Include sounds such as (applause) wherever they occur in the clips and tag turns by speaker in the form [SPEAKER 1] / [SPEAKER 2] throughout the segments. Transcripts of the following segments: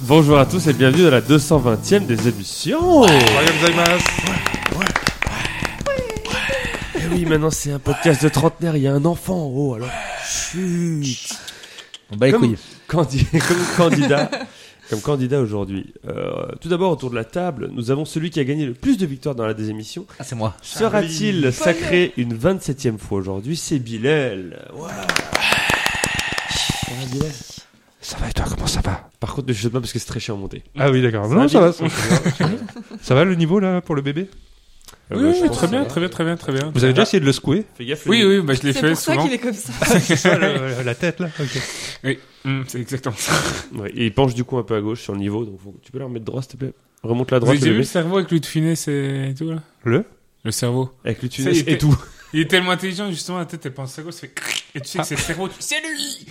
[SPEAKER 1] Bonjour à tous et bienvenue dans la 220e des émissions. Eh oui, maintenant c'est un podcast de trentenaire, il y a un enfant. Oh alors. Chut.
[SPEAKER 2] On bat les
[SPEAKER 1] Comme-
[SPEAKER 2] couilles.
[SPEAKER 1] Candi- (laughs) comme candidat, (laughs) comme candidat aujourd'hui. Euh, tout d'abord autour de la table, nous avons celui qui a gagné le plus de victoires dans la des émissions.
[SPEAKER 2] Ah, c'est moi.
[SPEAKER 1] Sera-t-il sacré une 27e fois aujourd'hui C'est Bilal. Ouais.
[SPEAKER 3] Ça va et toi, comment ça va
[SPEAKER 1] Par contre, ne chute pas parce que c'est très chiant à monter.
[SPEAKER 3] Ah oui, d'accord.
[SPEAKER 1] Ça
[SPEAKER 3] Non,
[SPEAKER 1] va
[SPEAKER 3] ça va.
[SPEAKER 1] bien
[SPEAKER 3] Ça, ça va le niveau là pour le bébé
[SPEAKER 1] Euh,
[SPEAKER 4] Oui,
[SPEAKER 1] bah,
[SPEAKER 4] oui,
[SPEAKER 1] je pense
[SPEAKER 4] très
[SPEAKER 1] que
[SPEAKER 4] bien,
[SPEAKER 1] ça va.
[SPEAKER 4] très bien, très bien, très bien.
[SPEAKER 3] Vous avez déjà essayé de le (laughs) secouer
[SPEAKER 1] Fais gaffe.
[SPEAKER 4] Oui, oui, bah, je l'ai
[SPEAKER 5] C'est
[SPEAKER 4] fait
[SPEAKER 5] pour ça
[SPEAKER 4] souvent.
[SPEAKER 5] qu'il est comme
[SPEAKER 1] (laughs)
[SPEAKER 5] ça.
[SPEAKER 3] Ça, le- euh, La tête là ok.
[SPEAKER 4] Oui, Mm, c'est exactement ça.
[SPEAKER 1] Ouais, et il penche du coup un peu à gauche sur le niveau, donc faut- tu peux le remettre droit s'il te plaît. Remonte la
[SPEAKER 4] Vous avez
[SPEAKER 1] droite
[SPEAKER 4] déjà
[SPEAKER 1] le
[SPEAKER 4] vu le
[SPEAKER 1] bébé.
[SPEAKER 4] cerveau avec Louis de Funès et tout là
[SPEAKER 3] Le
[SPEAKER 4] Le cerveau.
[SPEAKER 1] avec le
[SPEAKER 4] Ça, il
[SPEAKER 1] tunnel
[SPEAKER 4] était-
[SPEAKER 1] et tout.
[SPEAKER 4] (laughs) Il est tellement intelligent, justement, la tête, elle pense à gauche, ça fait cric, et tu sais que c'est le cerveau, tu c'est lui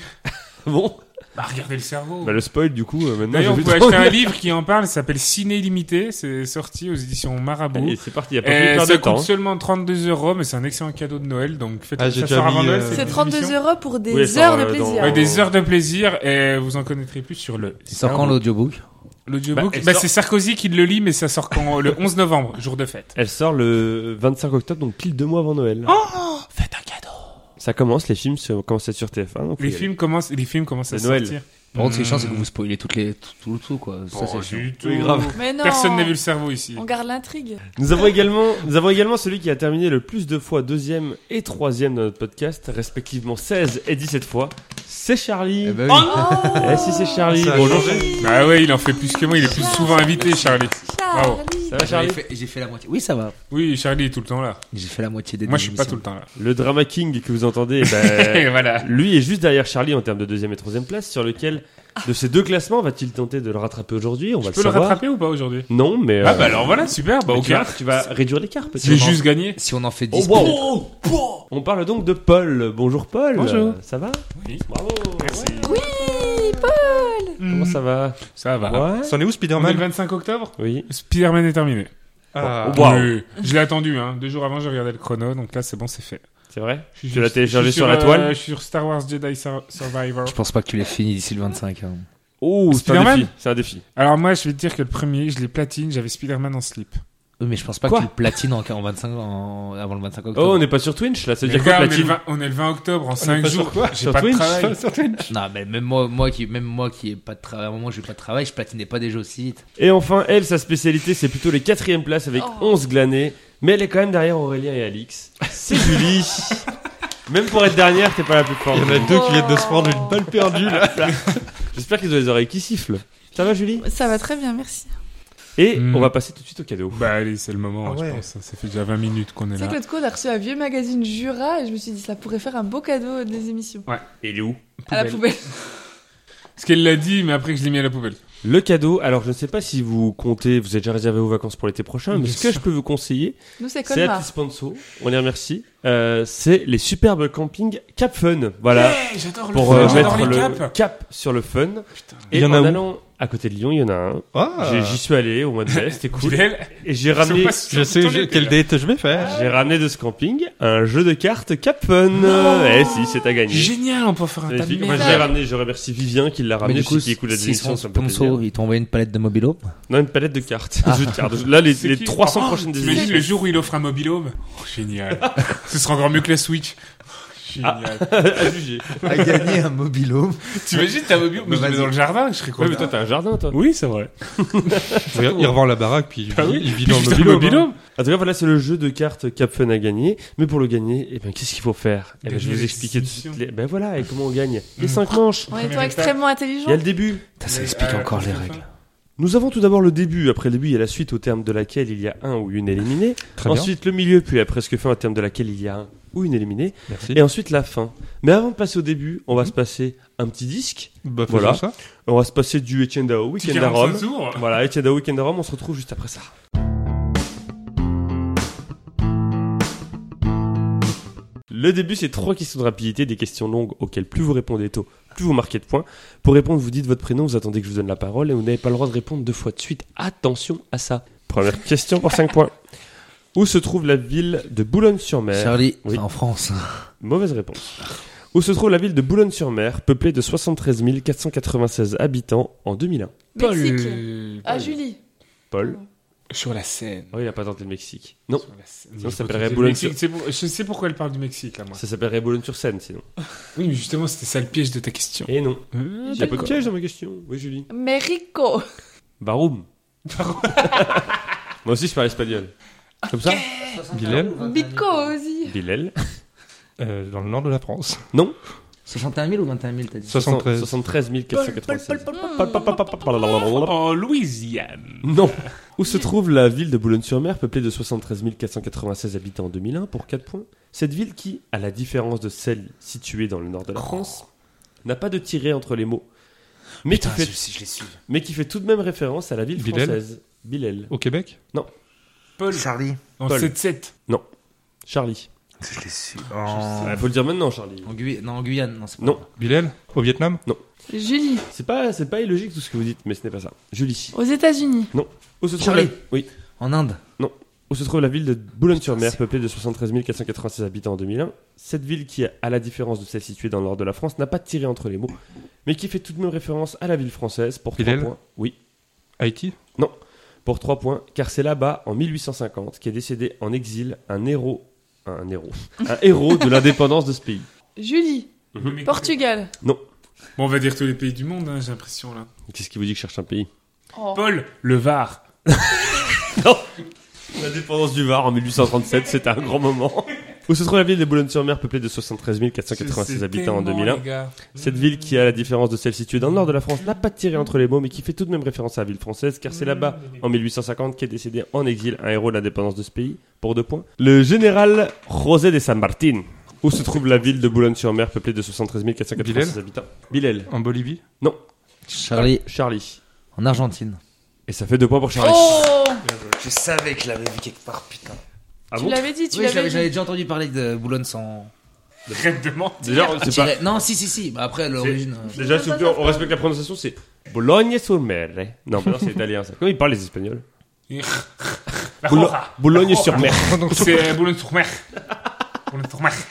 [SPEAKER 1] bon,
[SPEAKER 4] Bah, regardez le cerveau
[SPEAKER 1] bah le spoil du coup euh, maintenant.
[SPEAKER 4] D'ailleurs,
[SPEAKER 1] j'ai
[SPEAKER 4] vous
[SPEAKER 1] vu
[SPEAKER 4] pouvez
[SPEAKER 1] trop-
[SPEAKER 4] acheter un livre qui en parle, ça s'appelle Ciné Limité, c'est sorti aux éditions Marabout.
[SPEAKER 1] Allez, c'est parti, il y a pas plus de
[SPEAKER 4] Et
[SPEAKER 1] perte de
[SPEAKER 4] Eh, ça coûte
[SPEAKER 1] temps. hein.
[SPEAKER 4] seulement 32 euros, mais c'est un excellent cadeau de Noël, donc faites
[SPEAKER 3] Ah,
[SPEAKER 4] ça
[SPEAKER 3] j'ai
[SPEAKER 4] sort
[SPEAKER 3] déjà
[SPEAKER 4] avant
[SPEAKER 3] mis,
[SPEAKER 4] Noël,
[SPEAKER 3] euh,
[SPEAKER 5] C'est
[SPEAKER 4] une
[SPEAKER 5] 32
[SPEAKER 4] émission.
[SPEAKER 5] euros pour des
[SPEAKER 1] Oui, ça,
[SPEAKER 5] heures
[SPEAKER 1] euh,
[SPEAKER 5] de
[SPEAKER 1] dans-
[SPEAKER 5] plaisir.
[SPEAKER 4] Ouais, des heures de plaisir, et vous en connaîtrez plus sur le
[SPEAKER 2] Il sort quand l'audiobook
[SPEAKER 4] L'audiobook,
[SPEAKER 1] Bah,
[SPEAKER 4] bah,
[SPEAKER 1] elle sort-
[SPEAKER 4] c'est Sarkozy qui le lit, mais ça sort quand
[SPEAKER 1] (laughs)
[SPEAKER 4] le 11 novembre, jour de fête.
[SPEAKER 1] Elle sort le 25 octobre, donc pile deux mois avant Noël. Oh, faites un cadeau. Ça commence, les films se- commencent à être sur TF1. donc faut
[SPEAKER 4] Les
[SPEAKER 1] y aller.
[SPEAKER 4] films commencent, les films commencent à
[SPEAKER 1] C'est Noël.
[SPEAKER 4] sortir.
[SPEAKER 2] Par
[SPEAKER 1] Mmh.
[SPEAKER 2] contre, ce qui est chiant,
[SPEAKER 4] Hmm.
[SPEAKER 2] c'est que vous spoilez toutes les, tout, tout le tout, quoi.
[SPEAKER 1] Oh,
[SPEAKER 2] Ça,
[SPEAKER 4] Bon,
[SPEAKER 2] c'est chiant.
[SPEAKER 4] du tout.
[SPEAKER 1] Oui, grave.
[SPEAKER 5] Mais
[SPEAKER 4] (laughs)
[SPEAKER 5] non.
[SPEAKER 4] Personne n'a vu le cerveau ici.
[SPEAKER 5] On garde l'intrigue.
[SPEAKER 1] Nous avons également, nous avons également celui qui a terminé le plus de fois deuxième et troisième dans notre podcast, respectivement 16 et 17 fois. C'est Charlie.
[SPEAKER 2] Eh
[SPEAKER 1] Eh,
[SPEAKER 2] ben oui.
[SPEAKER 1] si c'est Charlie.
[SPEAKER 3] Ça a
[SPEAKER 1] Bonjour.
[SPEAKER 3] changé.
[SPEAKER 4] Bah ouais, il en fait plus que moi, il est plus souvent invité, Charlie. Bravo.
[SPEAKER 5] Charlie.
[SPEAKER 1] Ça va Charlie
[SPEAKER 2] J'ai fait- J'ai fait la moitié. Oui, ça va.
[SPEAKER 4] Oui, Charlie est tout le temps là.
[SPEAKER 2] J'ai fait la moitié des
[SPEAKER 4] Moi,
[SPEAKER 2] deux
[SPEAKER 4] je suis pas tout
[SPEAKER 2] émissions.
[SPEAKER 4] le temps là.
[SPEAKER 1] Le drama king que vous entendez, eh ben,
[SPEAKER 4] (laughs) Et voilà.
[SPEAKER 1] Lui est juste derrière Charlie en termes de deuxième et troisième place, sur lequel de ces deux classements va-t-il tenter de le rattraper aujourd'hui On va
[SPEAKER 4] Je
[SPEAKER 1] le
[SPEAKER 4] peux le
[SPEAKER 1] savoir.
[SPEAKER 4] rattraper ou pas aujourd'hui
[SPEAKER 1] Non, mais
[SPEAKER 4] Ah
[SPEAKER 1] euh,
[SPEAKER 4] bah alors voilà, super, bah
[SPEAKER 1] mais
[SPEAKER 4] ok.
[SPEAKER 1] tu, vas, tu vas réduire l'écart peut-être.
[SPEAKER 4] J'ai juste gagné.
[SPEAKER 2] Si on en fait 10
[SPEAKER 1] Oh, wow. On parle donc de Paul. Bonjour Paul. Euh,
[SPEAKER 4] Bonjour.
[SPEAKER 1] Ça va
[SPEAKER 4] Oui.
[SPEAKER 1] Bravo.
[SPEAKER 4] Merci.
[SPEAKER 5] Oui, Paul.
[SPEAKER 1] Comment ça va
[SPEAKER 4] Ah, Ça va.
[SPEAKER 1] Ouais.
[SPEAKER 3] C'en est où
[SPEAKER 4] On est le
[SPEAKER 3] Spider-Man
[SPEAKER 4] 25 octobre
[SPEAKER 1] Oui.
[SPEAKER 4] Spider-Man est terminé.
[SPEAKER 3] Ah,
[SPEAKER 1] Wow.
[SPEAKER 4] Oui. Je l'ai attendu, hein. Deux jours avant, j'ai regardé le chrono, donc là, c'est bon, c'est fait.
[SPEAKER 1] C'est vrai
[SPEAKER 4] Je suis
[SPEAKER 1] Tu l'as
[SPEAKER 4] juste-
[SPEAKER 1] téléchargé
[SPEAKER 4] je suis
[SPEAKER 1] sur la toile
[SPEAKER 4] euh, Je suis sur Star Wars Jedi Sur- Survivor.
[SPEAKER 2] Je pense pas que tu l'aies fini d'ici le 25. hein.
[SPEAKER 1] Oh, c'est un
[SPEAKER 4] Spider-Man
[SPEAKER 1] défi. C'est un défi.
[SPEAKER 4] Alors moi, je vais te dire que le premier, je l'ai platine, j'avais Spider-Man en slip.
[SPEAKER 2] Oui, mais je pense pas
[SPEAKER 1] Quoi
[SPEAKER 2] que tu le platines en, en 25, en- avant le 25 octobre.
[SPEAKER 1] Oh, on n'est pas sur Twitch là. Ça veut
[SPEAKER 4] Mais
[SPEAKER 1] dire quoi
[SPEAKER 4] gars, on, est le
[SPEAKER 1] platine
[SPEAKER 4] 20, on est le 20 octobre, en 5
[SPEAKER 3] pas sur
[SPEAKER 4] jours.
[SPEAKER 3] quoi
[SPEAKER 4] J'ai
[SPEAKER 1] Sur
[SPEAKER 4] pas de
[SPEAKER 1] Twitch
[SPEAKER 4] travail.
[SPEAKER 2] Non, mais même moi, moi qui, même moi qui ai pas de travail, à un moment où j'ai pas de travail, je platinais pas des jeux aussi vite.
[SPEAKER 1] Et enfin, elle, sa spécialité, c'est plutôt les quatrièmes places avec
[SPEAKER 5] Oh.
[SPEAKER 1] 11 glanées. Mais elle est quand même derrière Aurélien et Alix. C'est
[SPEAKER 4] (laughs)
[SPEAKER 1] Julie. Même pour être dernière, t'es pas la plus forte.
[SPEAKER 3] Il y en a deux qui viennent de se prendre une balle perdue là.
[SPEAKER 1] J'espère qu'ils ont les oreilles qui sifflent. Ça va, Julie
[SPEAKER 5] Ça va très bien, merci.
[SPEAKER 1] Et
[SPEAKER 3] Mm.
[SPEAKER 4] Hmm.
[SPEAKER 1] on va passer tout de suite au cadeau.
[SPEAKER 4] Bah allez, c'est le moment,
[SPEAKER 3] Ah
[SPEAKER 4] je
[SPEAKER 3] ouais.
[SPEAKER 4] pense. hein, Ça fait déjà 20 minutes qu'on est
[SPEAKER 5] C'est
[SPEAKER 4] là.
[SPEAKER 5] que Claude Code a reçu un vieux magazine Jura et je me suis dit, ça pourrait faire un beau cadeau des émissions.
[SPEAKER 1] Et il est où
[SPEAKER 5] À la poubelle.
[SPEAKER 4] Parce qu'elle l'a dit, mais après que je l'ai mis à la poubelle.
[SPEAKER 1] Le cadeau, alors je ne sais pas si vous comptez, vous avez déjà réservé vos vacances pour l'été prochain, mais
[SPEAKER 4] Bien
[SPEAKER 1] ce que je
[SPEAKER 4] sûr.
[SPEAKER 1] peux vous conseiller,
[SPEAKER 5] Nous, c'est
[SPEAKER 1] c'est un
[SPEAKER 5] Colmar.
[SPEAKER 1] petit sponsor, on les remercie, Euh, c'est les superbes campings Cap Fun, voilà,
[SPEAKER 4] Eh, j'adore le
[SPEAKER 1] pour
[SPEAKER 4] fun,
[SPEAKER 1] euh,
[SPEAKER 4] j'adore
[SPEAKER 1] mettre
[SPEAKER 4] les
[SPEAKER 1] le
[SPEAKER 4] caps.
[SPEAKER 1] cap sur le fun.
[SPEAKER 4] Putain.
[SPEAKER 1] Et
[SPEAKER 3] Il y en
[SPEAKER 1] en,
[SPEAKER 3] a où
[SPEAKER 1] allant à côté de Lyon, il y en a un,
[SPEAKER 3] Ah,
[SPEAKER 1] J'ai- j'y suis allé au mois de mai, c'était cool,
[SPEAKER 4] Fidèle.
[SPEAKER 1] et j'ai
[SPEAKER 4] Ils sont
[SPEAKER 1] ramené,
[SPEAKER 4] pas sur
[SPEAKER 3] je sais
[SPEAKER 4] ton
[SPEAKER 3] je-
[SPEAKER 4] été,
[SPEAKER 3] quel
[SPEAKER 4] là.
[SPEAKER 3] date je vais faire.
[SPEAKER 1] j'ai ramené de ce camping un jeu de cartes Cap Fun,
[SPEAKER 4] Non.
[SPEAKER 1] eh si, c'est à gagner.
[SPEAKER 4] Génial, on peut faire un tas de
[SPEAKER 1] Magnifique. Moi,
[SPEAKER 4] merde.
[SPEAKER 1] je l'ai ramené, je remercie Vivien qui l'a ramené, je sais qu'il écoute la
[SPEAKER 2] s'ils
[SPEAKER 1] démission,
[SPEAKER 2] sont
[SPEAKER 1] ça me fait plaisir.
[SPEAKER 2] sponsors, ils t'ont envoyé une palette de Mobilo.
[SPEAKER 1] Non, une palette de cartes. Un jeu de cartes. Là, les,
[SPEAKER 4] C'est
[SPEAKER 1] les
[SPEAKER 4] qui
[SPEAKER 1] 300
[SPEAKER 4] Oh,
[SPEAKER 1] prochaines
[SPEAKER 4] t'imagines
[SPEAKER 1] décennies. (laughs)
[SPEAKER 4] le jour où il offre un mobilhome Oh, Génial. Ce sera encore mieux que la Switch.
[SPEAKER 1] Ah.
[SPEAKER 4] Génial.
[SPEAKER 1] à juger.
[SPEAKER 2] A gagné un Mobilo.
[SPEAKER 4] T'imagines ta mobile
[SPEAKER 2] Bah,
[SPEAKER 4] mais je le mets
[SPEAKER 2] vas-y.
[SPEAKER 4] dans le jardin, je serais
[SPEAKER 1] Ouais,
[SPEAKER 4] content.
[SPEAKER 1] mais toi, t'as un jardin, toi.
[SPEAKER 4] Oui, c'est vrai.
[SPEAKER 3] Regarde, Il revend la baraque puis il
[SPEAKER 4] Ah oui.
[SPEAKER 3] vit- il vit
[SPEAKER 4] (laughs) Puis
[SPEAKER 3] dans
[SPEAKER 4] je suis
[SPEAKER 3] le hein. mobilo.
[SPEAKER 4] mobilhome.
[SPEAKER 1] En tout cas, voilà, c'est le jeu de cartes Cap Fun à gagner. Mais pour le gagner, eh ben, qu'est-ce qu'il faut faire eh ben, Je vais vous
[SPEAKER 4] Devenir
[SPEAKER 1] expliquer tout de suite.
[SPEAKER 4] exhibition.
[SPEAKER 1] les- Ben voilà, et comment on gagne. Les
[SPEAKER 4] Mm.
[SPEAKER 1] 5 manches.
[SPEAKER 5] On est
[SPEAKER 4] Première
[SPEAKER 5] toi extrêmement intelligent.
[SPEAKER 1] Il y a le début.
[SPEAKER 2] Ça
[SPEAKER 4] Mais,
[SPEAKER 2] explique
[SPEAKER 4] euh,
[SPEAKER 2] encore les
[SPEAKER 4] qu'est-ce qu'on
[SPEAKER 2] règles.
[SPEAKER 1] Nous avons tout d'abord le début. Après le début, il y a la suite au terme de laquelle il y a un ou une éliminée.
[SPEAKER 3] Très bien.
[SPEAKER 1] ensuite, le milieu, puis la presque fin au terme de laquelle il y a un ou une éliminée.
[SPEAKER 3] Merci.
[SPEAKER 1] Et ensuite, la fin. Mais avant de passer au début,
[SPEAKER 3] Mmh.
[SPEAKER 1] on va se passer un petit disque.
[SPEAKER 3] Bah, faisons
[SPEAKER 1] Voilà.
[SPEAKER 3] ça.
[SPEAKER 1] On va se passer du Etienne Dao,
[SPEAKER 4] Petit
[SPEAKER 1] Weekend à
[SPEAKER 4] 45
[SPEAKER 1] Rome.
[SPEAKER 4] tours.
[SPEAKER 1] (laughs) Voilà, Etienne Dao, Weekend à Rome, on se retrouve juste après ça. Le début, c'est trois questions de rapidité, des questions longues auxquelles plus vous répondez tôt, plus vous marquez de points. Pour répondre, vous dites votre prénom, vous attendez que je vous donne la parole et vous n'avez pas le droit de répondre deux fois de suite. Attention à ça. Première question pour 5 points. Où se trouve la ville de Boulogne-sur-Mer
[SPEAKER 2] Charlie,
[SPEAKER 1] Oui.
[SPEAKER 2] c'est en France.
[SPEAKER 1] Mauvaise réponse. où se trouve la ville de Boulogne-sur-Mer, peuplée de 73 496 habitants en 2001.
[SPEAKER 5] Mexique.
[SPEAKER 4] Paul.
[SPEAKER 5] Ah, Julie.
[SPEAKER 1] euh, Paul
[SPEAKER 4] Sur la scène.
[SPEAKER 1] Oh, il a pas tenté le Mexique. Non,
[SPEAKER 4] Sur la scène.
[SPEAKER 1] Sinon, ça
[SPEAKER 4] Je
[SPEAKER 1] s'appellerait
[SPEAKER 4] crois que
[SPEAKER 1] Boulogne-
[SPEAKER 4] c'est le Mexique. C'est pour- Je sais pourquoi elle parle du Mexique, là, moi.
[SPEAKER 1] ça s'appellerait Boulogne-sur-Seine, sinon.
[SPEAKER 4] Oui, mais justement, c'était ça le piège de ta question.
[SPEAKER 1] Et non.
[SPEAKER 4] Euh,
[SPEAKER 1] Il y a pas de piège dans ma question. Oui, Julie.
[SPEAKER 5] Mérico.
[SPEAKER 1] (laughs) Baroum. Moi aussi, je parle espagnol. Comme ça
[SPEAKER 3] Bilal,
[SPEAKER 5] Bico aussi.
[SPEAKER 1] Bilel.
[SPEAKER 3] euh, dans le nord de la France.
[SPEAKER 2] 61 000 ou 21 000, t'as dit
[SPEAKER 3] 73.
[SPEAKER 1] 73 496.
[SPEAKER 5] Hmm.
[SPEAKER 4] En Louisiane.
[SPEAKER 1] Non. (laughs) Où se trouve la ville de Boulogne-sur-Mer, peuplée de 73 496 habitants en 2001, pour 4 points Cette ville qui, à la différence de celle située dans le nord de la France, n'a pas de tiret entre les mots, mais,
[SPEAKER 4] Putain,
[SPEAKER 1] qui, fait,
[SPEAKER 4] celui-ci, je l'ai su.
[SPEAKER 1] mais qui fait tout de même référence à la ville
[SPEAKER 3] Bilel
[SPEAKER 1] française. Bilel.
[SPEAKER 3] Au Québec
[SPEAKER 4] Paul.
[SPEAKER 6] Charlie,
[SPEAKER 4] En
[SPEAKER 1] Paul.
[SPEAKER 4] 7-7.
[SPEAKER 1] Charlie.
[SPEAKER 6] je l'ai su.
[SPEAKER 1] Il
[SPEAKER 6] En-
[SPEAKER 1] faut le dire maintenant, Charlie.
[SPEAKER 2] En Guyane, non, en Guyane, non, c'est pas.
[SPEAKER 1] Non.
[SPEAKER 3] Bilal Au Vietnam
[SPEAKER 5] Julie.
[SPEAKER 1] C'est pas, c'est pas illogique tout ce que vous dites, mais ce n'est pas ça. Julie.
[SPEAKER 5] Aux États-Unis.
[SPEAKER 1] Où se trouve
[SPEAKER 2] Charlie.
[SPEAKER 1] la- Oui.
[SPEAKER 2] En Inde.
[SPEAKER 1] Où se trouve la ville de Boulogne-sur-Mer, peuplée de 73 496 habitants en 2001. Cette ville qui, à la différence de celle située dans le nord de la France, n'a pas tiré entre les mots, mais qui fait tout de même référence à la ville française pour 3
[SPEAKER 3] Bilal
[SPEAKER 1] points. Oui,
[SPEAKER 3] Haïti
[SPEAKER 1] pour 3 points, car c'est là-bas, en 1850, qu'est décédé en exil un héros, un héros, un héros de l'indépendance de ce pays.
[SPEAKER 5] Julie.
[SPEAKER 1] Mhm.
[SPEAKER 5] Portugal.
[SPEAKER 4] Bon, on va dire tous les pays du monde, hein, j'ai l'impression, là.
[SPEAKER 1] Qu'est-ce qui vous dit que je cherche un pays
[SPEAKER 5] Oh.
[SPEAKER 4] Paul, le Var.
[SPEAKER 1] L'indépendance du Var en 1837, c'était un grand moment. Où se trouve la ville de Boulogne-sur-Mer, peuplée de 73 496
[SPEAKER 4] C'est
[SPEAKER 1] habitants en
[SPEAKER 4] tellement,
[SPEAKER 1] 2001.
[SPEAKER 4] les gars.
[SPEAKER 1] Cette ville qui, à la différence de celle située dans le nord de la France, n'a pas tiré entre les mots, mais qui fait tout de même référence à la ville française, car c'est là-bas, en 1850, qu'est décédé en exil un héros de l'indépendance de ce pays, pour deux points, le général José de San Martín. Où se trouve la ville de Boulogne-sur-Mer, peuplée de 73 496
[SPEAKER 3] Bilel
[SPEAKER 1] habitants Bilel.
[SPEAKER 3] En Bolivie
[SPEAKER 2] Charlie.
[SPEAKER 1] Charlie.
[SPEAKER 2] En Argentine.
[SPEAKER 1] Et ça fait deux points pour Charlie.
[SPEAKER 5] Oh
[SPEAKER 6] Je savais que je l'avais vu quelque part, putain.
[SPEAKER 1] Ah
[SPEAKER 5] Tu
[SPEAKER 1] bon
[SPEAKER 5] l'avais dit,
[SPEAKER 2] oui,
[SPEAKER 5] tu
[SPEAKER 2] je l'avais-
[SPEAKER 5] l'avais
[SPEAKER 2] j'avais
[SPEAKER 5] dit.
[SPEAKER 2] déjà entendu parler de Boulogne sans.
[SPEAKER 4] Arrête de mentir.
[SPEAKER 1] Déjà, c'est pas...
[SPEAKER 2] Tiret- Non, si, si, si. Bah, après, l'origine. euh,
[SPEAKER 1] Déjà, s'il vous plaît, on respecte la prononciation, c'est Boulogne-sur-Mer. Non, mais non, c'est italien, ça. Comment ils parlent les
[SPEAKER 4] (laughs)
[SPEAKER 1] espagnols Boulo- Boulogne-sur-Mer.
[SPEAKER 4] C'est euh,
[SPEAKER 1] (laughs)
[SPEAKER 4] Boulogne-sur-Mer.